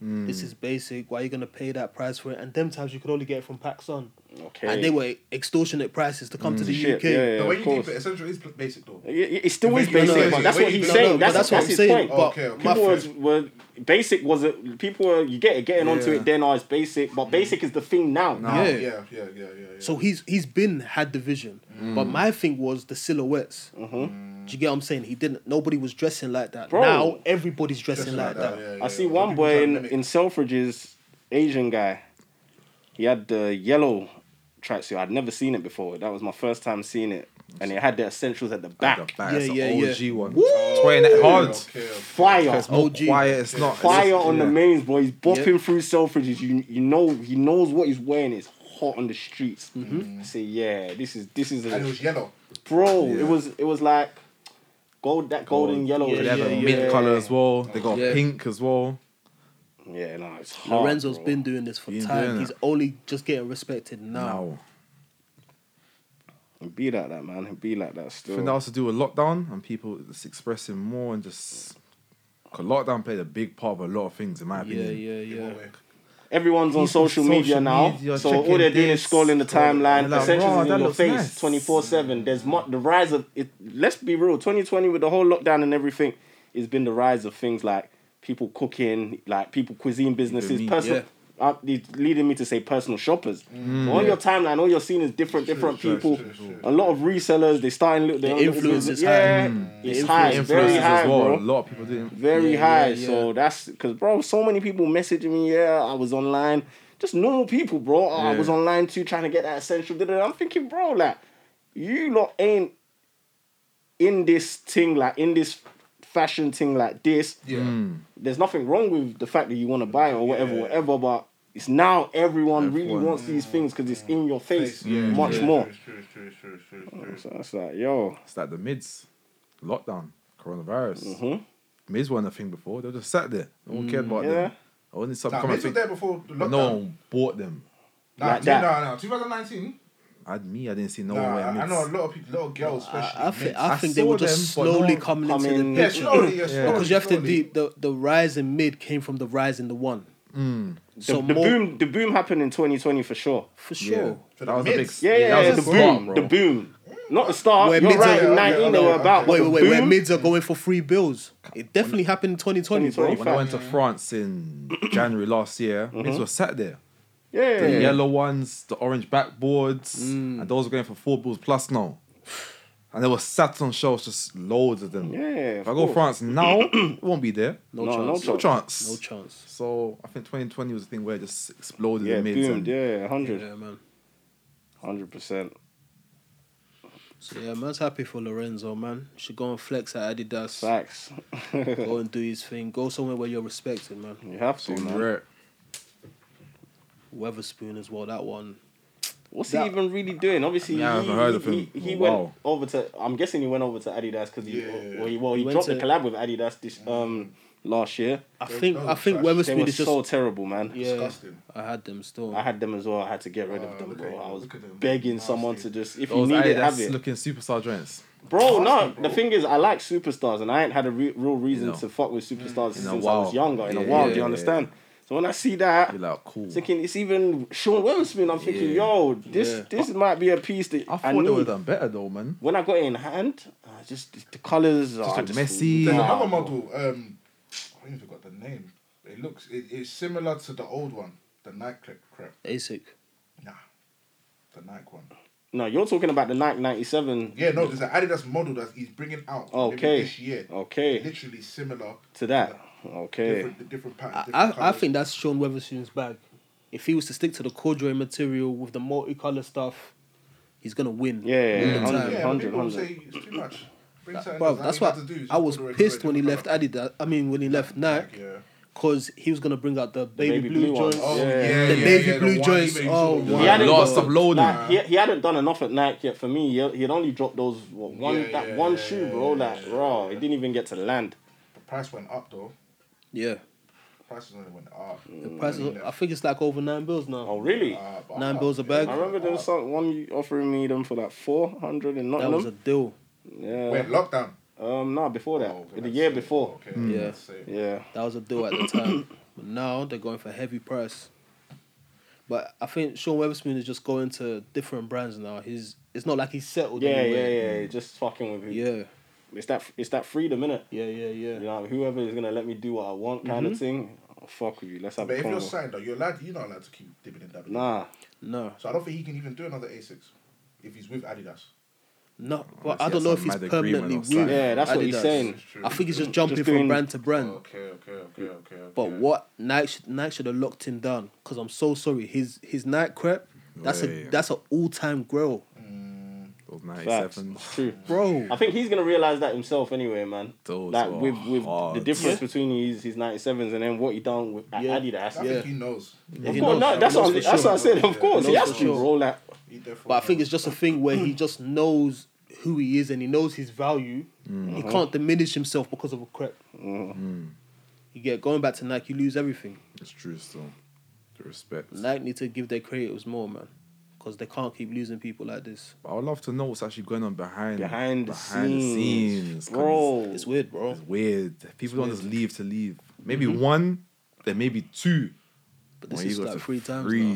Speaker 5: This is basic. Why are you gonna pay that price for it? And them times you could only get it from Paxson,
Speaker 3: Mm, Okay. Mm.
Speaker 5: and they were extortionate prices to come to the
Speaker 3: Shit,
Speaker 5: UK.
Speaker 3: yeah, yeah,
Speaker 4: the way
Speaker 3: of
Speaker 4: you keep
Speaker 3: course.
Speaker 4: it essential is pl- basic though.
Speaker 3: Yeah, yeah, It still is
Speaker 4: No, no,
Speaker 3: basic,
Speaker 4: no,
Speaker 3: but
Speaker 4: no,
Speaker 3: that's
Speaker 4: no,
Speaker 3: what
Speaker 4: no,
Speaker 3: he's
Speaker 4: no,
Speaker 3: saying.
Speaker 5: but
Speaker 3: That's,
Speaker 5: that's what
Speaker 3: that's
Speaker 5: I'm
Speaker 3: his
Speaker 5: saying.
Speaker 3: point.
Speaker 5: But
Speaker 4: Okay, okay.
Speaker 3: People
Speaker 5: my
Speaker 3: was, were basic was a, people were you get getting onto
Speaker 2: Yeah.
Speaker 3: it then oh, it's basic, but basic is the thing now.
Speaker 5: Yeah.
Speaker 4: Yeah, yeah, yeah, yeah, yeah.
Speaker 5: So he's he's been had the vision, but
Speaker 3: Mm.
Speaker 5: my thing was the silhouettes. Mm-hmm. Do you get what I'm saying? He didn't. Nobody was dressing like that.
Speaker 3: Bro.
Speaker 5: Now everybody's dressing
Speaker 4: Just
Speaker 5: like, that.
Speaker 4: yeah, yeah,
Speaker 3: I see
Speaker 4: yeah.
Speaker 3: one
Speaker 4: People
Speaker 3: boy
Speaker 4: trying to
Speaker 3: in,
Speaker 4: mimic.
Speaker 3: in Selfridge's Asian guy. He had the yellow tracksuit. I'd never seen it before. That was my first time seeing it, and it had the essentials at the back.
Speaker 2: the back,
Speaker 5: Yeah,
Speaker 2: that's
Speaker 5: yeah,
Speaker 2: an
Speaker 5: yeah.
Speaker 2: OG one. Twenty
Speaker 4: Okay,
Speaker 2: hard.
Speaker 4: okay, okay.
Speaker 3: Fire,
Speaker 2: It's not
Speaker 5: OG.
Speaker 2: quiet. It's not
Speaker 3: <laughs>
Speaker 2: it's
Speaker 3: fire
Speaker 2: just-
Speaker 3: on the
Speaker 2: yeah.
Speaker 3: mains, boy. He's bopping
Speaker 5: Yeah.
Speaker 3: through Selfridges. You you know he knows what he's wearing. It's hot on the streets.
Speaker 2: Mm-hmm.
Speaker 3: I say yeah, this is this is a
Speaker 4: And it was yellow.
Speaker 3: bro.
Speaker 2: Yeah.
Speaker 3: It was it was like gold that golden
Speaker 2: Gold.
Speaker 3: yellow.
Speaker 5: Yeah,
Speaker 2: They have a
Speaker 5: yeah,
Speaker 2: mint
Speaker 5: yeah.
Speaker 2: color as well. They got
Speaker 5: Yeah.
Speaker 2: pink as well.
Speaker 3: Yeah, no, it's hard.
Speaker 5: Lorenzo's
Speaker 3: bro.
Speaker 5: been doing this for
Speaker 2: Been doing
Speaker 5: time.
Speaker 2: it.
Speaker 5: He's only just getting respected now.
Speaker 2: Now,
Speaker 3: It'd be like that, man. It'd be like that
Speaker 2: I
Speaker 3: still.
Speaker 2: think that was to do with lockdown and people just expressing more and just. Cause lockdown played a big part of a lot of things, in my
Speaker 5: Yeah,
Speaker 2: opinion.
Speaker 5: yeah,
Speaker 4: Yeah.
Speaker 5: yeah.
Speaker 3: Everyone's on
Speaker 2: He's
Speaker 3: social,
Speaker 2: on social
Speaker 3: media now,
Speaker 2: media,
Speaker 3: so all
Speaker 2: checking
Speaker 3: they're doing is
Speaker 2: this,
Speaker 3: scrolling the
Speaker 2: scrolling.
Speaker 3: timeline.
Speaker 2: They're like,
Speaker 3: Essentials
Speaker 2: "Raw,
Speaker 3: is
Speaker 2: that
Speaker 3: in your
Speaker 2: looks
Speaker 3: face,
Speaker 2: nice."
Speaker 3: twenty four seven. There's mu- the rise of it. Let's be real. Twenty twenty with the whole lockdown and everything, it's been the rise of things like people cooking, like people cuisine businesses,
Speaker 2: meat,
Speaker 3: personal.
Speaker 5: yeah.
Speaker 3: Uh, it's leading me to say personal shoppers.
Speaker 2: Mm.
Speaker 3: So on your timeline, all you're seeing is different, different
Speaker 4: true,
Speaker 3: people.
Speaker 4: it's true, it's true.
Speaker 3: A lot of resellers, they starting little.
Speaker 5: The
Speaker 3: their own little
Speaker 5: influence
Speaker 3: business.
Speaker 5: is high.
Speaker 3: Yeah,
Speaker 5: The
Speaker 3: it's
Speaker 5: influence
Speaker 3: high,
Speaker 5: is
Speaker 3: very
Speaker 2: Mm. Influencers
Speaker 3: high,
Speaker 2: as well.
Speaker 3: bro
Speaker 2: A lot of people didn't.
Speaker 3: very
Speaker 5: Yeah,
Speaker 3: high.
Speaker 5: yeah,
Speaker 3: So
Speaker 5: yeah.
Speaker 3: that's because, bro, so many people messaging me. Yeah, I was online. Just normal people, bro. Oh, I
Speaker 2: Yeah.
Speaker 3: was online too, trying to get that essential. da-da-da. I'm thinking, bro, like you lot ain't in this thing, like in this fashion thing like this.
Speaker 4: Yeah.
Speaker 3: There's nothing wrong with the fact that you want to buy it or whatever,
Speaker 4: Yeah.
Speaker 3: whatever, but it's now everyone really
Speaker 2: Everyone.
Speaker 3: wants these things because it's in your face
Speaker 4: Yeah,
Speaker 3: much
Speaker 4: yeah,
Speaker 3: more.
Speaker 4: It's true, it's true, it's true, it's true, it's true, it's
Speaker 3: So
Speaker 4: true.
Speaker 3: that's like, yo,
Speaker 2: It's like the mids, lockdown, coronavirus.
Speaker 3: Mhm.
Speaker 2: Mids weren't a thing before. They were just sat there. No one
Speaker 5: Mm,
Speaker 2: cared about
Speaker 3: yeah.
Speaker 2: them. Only some
Speaker 4: Nah,
Speaker 2: come and
Speaker 4: Miz was
Speaker 2: think-
Speaker 4: there before the
Speaker 2: but
Speaker 4: lockdown.
Speaker 2: no one bought them.
Speaker 4: nah,
Speaker 3: Like
Speaker 4: two-
Speaker 3: that.
Speaker 4: nah, nah. 2019.
Speaker 2: I, me, I didn't see no
Speaker 4: nah,
Speaker 2: one
Speaker 4: I,
Speaker 2: wearing
Speaker 4: I
Speaker 2: mids.
Speaker 4: know a lot of people, a lot of girls especially.
Speaker 5: I, I think, I
Speaker 2: I
Speaker 5: think they
Speaker 2: saw
Speaker 5: were just
Speaker 2: them, but no
Speaker 5: slowly
Speaker 2: one
Speaker 5: coming
Speaker 3: come
Speaker 5: into
Speaker 3: in.
Speaker 5: the
Speaker 4: yeah,
Speaker 5: picture.
Speaker 4: slowly, yeah, slowly.
Speaker 5: Because you have to
Speaker 4: slowly.
Speaker 5: deep the, the rise in mid came from the rise in the one.
Speaker 2: Mm.
Speaker 3: The,
Speaker 5: So
Speaker 3: the
Speaker 5: more,
Speaker 3: boom, the boom happened in 2020 for sure.
Speaker 5: for
Speaker 2: Yeah.
Speaker 5: sure.
Speaker 4: For
Speaker 2: that
Speaker 4: the
Speaker 2: was a
Speaker 4: mids.
Speaker 2: big.
Speaker 3: Yeah, yeah,
Speaker 2: that
Speaker 3: yeah,
Speaker 2: was
Speaker 3: the
Speaker 2: a big start,
Speaker 3: boom,
Speaker 2: bro.
Speaker 3: the boom. Not the start.
Speaker 5: Where
Speaker 3: Uh, You're
Speaker 5: mids
Speaker 3: right.
Speaker 4: are-
Speaker 3: In 19, they were
Speaker 4: okay,
Speaker 3: about.
Speaker 4: okay.
Speaker 3: Mm-hmm.
Speaker 5: Wait,
Speaker 3: the
Speaker 5: wait, wait. Where
Speaker 3: boom-
Speaker 5: mids are going for free bills. It definitely happened in 2020, bro.
Speaker 3: 2020.
Speaker 2: When I went to France in January last year,
Speaker 3: Mm-hmm.
Speaker 2: mids were sat there.
Speaker 3: Yeah,
Speaker 2: The
Speaker 3: yeah, Mm. yeah.
Speaker 2: yellow ones, the orange backboards, and those were going for four balls plus now. And there were sat on shelves, just loads of them.
Speaker 3: Yeah,
Speaker 2: If
Speaker 3: of
Speaker 2: I go
Speaker 3: course.
Speaker 2: France
Speaker 3: <clears throat>
Speaker 2: now, it won't be there.
Speaker 5: No,
Speaker 3: No,
Speaker 5: chance.
Speaker 3: no
Speaker 2: No chance.
Speaker 5: No chance.
Speaker 2: So I think 2020 was the thing where it just exploded
Speaker 3: Yeah,
Speaker 2: in mids.
Speaker 3: boomed.
Speaker 2: and-
Speaker 3: Yeah, hundred,
Speaker 5: Yeah, man.
Speaker 3: hundred percent.
Speaker 5: So yeah, man's happy for Lorenzo, man. Should go and flex at Adidas.
Speaker 3: Facts. <laughs> you
Speaker 5: Go and do his thing. Go somewhere where you're respected, man.
Speaker 3: have to,
Speaker 2: So
Speaker 3: man.
Speaker 2: rare.
Speaker 5: Weatherspoon as well. That one.
Speaker 3: What's
Speaker 5: That-
Speaker 3: he even really doing? Obviously,
Speaker 2: Yeah, I
Speaker 3: he,
Speaker 2: haven't heard
Speaker 3: he,
Speaker 2: of
Speaker 3: He,
Speaker 2: him.
Speaker 3: he
Speaker 2: Oh,
Speaker 3: went
Speaker 2: wow.
Speaker 3: over to. I'm guessing he went over to Adidas because he,
Speaker 4: Yeah.
Speaker 3: well, he, well, he
Speaker 5: He went
Speaker 3: dropped a
Speaker 5: to-
Speaker 3: collab with Adidas this um last year.
Speaker 5: I
Speaker 4: Those-
Speaker 5: think
Speaker 4: those
Speaker 5: I
Speaker 4: are
Speaker 5: think
Speaker 4: trash.
Speaker 3: They
Speaker 5: Weatherspoon
Speaker 3: were
Speaker 5: is just.
Speaker 3: so terrible, man.
Speaker 5: yeah,
Speaker 4: disgusting.
Speaker 5: I had them still.
Speaker 3: I had them as well. I had to get rid
Speaker 4: Oh,
Speaker 3: of them,
Speaker 4: look
Speaker 3: bro.
Speaker 4: at
Speaker 3: I
Speaker 4: them,
Speaker 3: was
Speaker 4: look at them.
Speaker 3: begging
Speaker 4: Nasty.
Speaker 3: someone to just if you
Speaker 2: Those
Speaker 3: need it, have
Speaker 2: Adidas
Speaker 3: it,
Speaker 2: looking superstar joints.
Speaker 3: bro. No,
Speaker 4: Nasty,
Speaker 3: the
Speaker 4: bro.
Speaker 3: thing is, I like superstars, and I ain't had a re- real reason
Speaker 2: You know.
Speaker 3: to fuck with superstars
Speaker 2: In a
Speaker 3: since I was
Speaker 2: while.
Speaker 3: younger. In a
Speaker 2: Yeah,
Speaker 3: while,
Speaker 2: yeah,
Speaker 3: do you
Speaker 2: yeah,
Speaker 3: understand? So when I see that,
Speaker 2: You're like, cool.
Speaker 3: thinking it's even Sean Weatherspoon. I'm thinking,
Speaker 2: Yeah.
Speaker 3: yo, this
Speaker 5: Yeah.
Speaker 3: this might be a piece that
Speaker 2: I
Speaker 3: I,
Speaker 2: thought they would have
Speaker 3: need.
Speaker 2: done better though, man.
Speaker 3: When I got it in hand, I just the colors are
Speaker 2: look
Speaker 3: just
Speaker 2: messy.
Speaker 4: There's
Speaker 3: nah,
Speaker 4: another
Speaker 3: bro.
Speaker 4: model. Um, I even forgot the name. It looks. It, it's similar to the old one, the Nike clip crap.
Speaker 5: Asic.
Speaker 4: Nah, the Nike one.
Speaker 3: No, you're talking about the Nike '97.
Speaker 4: Yeah, no, there's an Adidas model that he's bringing out. maybe
Speaker 3: Okay.
Speaker 4: This year.
Speaker 3: Okay,
Speaker 4: Literally similar.
Speaker 3: to that. Okay,
Speaker 4: Different, the different patterns.
Speaker 5: I,
Speaker 4: Different
Speaker 5: I, I
Speaker 4: colours.
Speaker 5: think that's Sean Weatherspoon's bag. If he was to stick to the corduroy material with the multicolor stuff, he's gonna win.
Speaker 3: yeah, yeah, yeah.
Speaker 5: Mm.
Speaker 4: Yeah,
Speaker 3: 100,
Speaker 4: but
Speaker 3: 100,
Speaker 4: people will
Speaker 3: 100.
Speaker 4: say it's too much. Bring something
Speaker 5: Bro,
Speaker 4: else. I
Speaker 5: that's
Speaker 4: think
Speaker 5: why
Speaker 4: what to do is
Speaker 5: I was
Speaker 4: put the
Speaker 5: pissed when he
Speaker 4: different
Speaker 5: left
Speaker 4: colours.
Speaker 5: Adidas. I mean, when he left Nike,
Speaker 4: Yeah.
Speaker 5: because he was gonna bring out the
Speaker 3: baby
Speaker 5: baby, blue,
Speaker 3: blue ones.
Speaker 5: joints.
Speaker 4: Oh
Speaker 3: Yeah.
Speaker 4: yeah,
Speaker 5: The
Speaker 4: yeah,
Speaker 5: navy
Speaker 4: yeah,
Speaker 5: blue
Speaker 4: one
Speaker 5: joints,
Speaker 4: evening sort
Speaker 5: oh,
Speaker 4: of uh,
Speaker 5: wow.
Speaker 4: look.
Speaker 3: He hadn't
Speaker 2: Lots
Speaker 3: got-
Speaker 2: of loading.
Speaker 3: Like, he, he hadn't done enough at Nike yet for me. He, he'd only dropped those what, one
Speaker 4: Yeah,
Speaker 3: that
Speaker 4: yeah,
Speaker 3: one
Speaker 4: yeah,
Speaker 3: shoe,
Speaker 4: yeah,
Speaker 3: bro.
Speaker 4: yeah,
Speaker 3: Like, raw. It didn't even get to land.
Speaker 4: The price went up though.
Speaker 5: Yeah,
Speaker 4: Prices only went up.
Speaker 5: the price. Is, I think it's like over nine bills now.
Speaker 3: Oh, really?
Speaker 4: uh,
Speaker 5: Nine bills a bag.
Speaker 3: I remember there was some, one you offering me them for like four hundred in
Speaker 5: that
Speaker 3: Nottingham.
Speaker 5: was a deal.
Speaker 3: yeah.
Speaker 4: Went lockdown.
Speaker 3: Um, no, before that,
Speaker 4: Oh, okay,
Speaker 3: the
Speaker 4: that's
Speaker 3: year
Speaker 4: it.
Speaker 3: before.
Speaker 4: Okay,
Speaker 5: Yeah.
Speaker 4: that's it.
Speaker 3: Yeah,
Speaker 5: That was a deal at the time. But now they're going for heavy price. But I think Sean Weatherspoon is just going to different brands now. He's it's not like he's settled.
Speaker 3: yeah, yeah,
Speaker 5: anywhere.
Speaker 3: yeah. Just fucking with you.
Speaker 5: yeah,
Speaker 3: It's that it's that freedom, innit?
Speaker 5: yeah, yeah, yeah. Mm-hmm.
Speaker 3: You know, whoever is gonna let me do what I want, kind of thing. I'll fuck with you. Let's have
Speaker 4: But
Speaker 3: a
Speaker 4: if you're
Speaker 3: convo.
Speaker 4: signed though, you're allowed. You're not allowed to keep dipping and dabbing.
Speaker 3: Nah,
Speaker 5: No,
Speaker 4: So I don't think he can even do another A6 if he's with Adidas.
Speaker 5: no.
Speaker 2: Unless
Speaker 5: But
Speaker 2: he
Speaker 5: I
Speaker 2: has
Speaker 5: don't know
Speaker 2: some
Speaker 5: if he's
Speaker 2: mad
Speaker 5: permanently
Speaker 2: agreement
Speaker 5: with.
Speaker 2: or something.
Speaker 3: Yeah, that's what he's
Speaker 5: Adidas.
Speaker 3: saying.
Speaker 4: It's true. Oh.
Speaker 5: I think he's just jumping
Speaker 3: doing-
Speaker 5: from brand to brand.
Speaker 4: Okay, okay, okay, okay. okay.
Speaker 5: But what Nike should, Nike should have locked him down because I'm so sorry. His his night crep, that's
Speaker 2: Yeah, yeah.
Speaker 5: a that's an all time grill,
Speaker 4: Hmm.
Speaker 2: Those
Speaker 3: facts.
Speaker 2: 97.
Speaker 3: It's true.
Speaker 5: bro.
Speaker 3: I think he's gonna realize that himself anyway, man.
Speaker 2: Those
Speaker 3: like
Speaker 2: are
Speaker 3: with with the
Speaker 2: hard.
Speaker 3: difference between his his ninety sevens and then what he done with at
Speaker 5: Yeah.
Speaker 3: Adidas.
Speaker 4: I
Speaker 3: Yeah.
Speaker 4: think he knows.
Speaker 5: If
Speaker 3: Of
Speaker 5: you
Speaker 3: course,
Speaker 5: know-
Speaker 3: no, that's
Speaker 5: he
Speaker 3: what, I'm,
Speaker 5: knows for
Speaker 3: that's
Speaker 5: sure.
Speaker 3: what I said. Of
Speaker 4: Yeah,
Speaker 3: course,
Speaker 5: he
Speaker 3: he
Speaker 5: knows
Speaker 3: has
Speaker 5: for
Speaker 3: to,
Speaker 5: sure.
Speaker 3: bro. Like,
Speaker 4: He definitely
Speaker 5: But I think
Speaker 4: knows.
Speaker 5: it's just a thing where he just knows who he is and he knows his value.
Speaker 2: Mm.
Speaker 5: He can't diminish himself because of a crep. You get going back to Nike, you lose everything.
Speaker 2: It's true still. The respect.
Speaker 5: Nike need to give their creatives more, man, because they can't keep losing people like this.
Speaker 2: But I would love to know what's actually going on behind
Speaker 3: behind the
Speaker 2: behind
Speaker 3: scenes,
Speaker 2: scenes, 'cause
Speaker 3: bro.
Speaker 5: It's weird, bro.
Speaker 2: It's weird. People don't just leave to leave. Maybe one, then maybe two.
Speaker 5: Mm-hmm. But this
Speaker 2: When
Speaker 5: is
Speaker 2: you go
Speaker 5: like
Speaker 2: to
Speaker 5: three times
Speaker 2: three,
Speaker 5: now.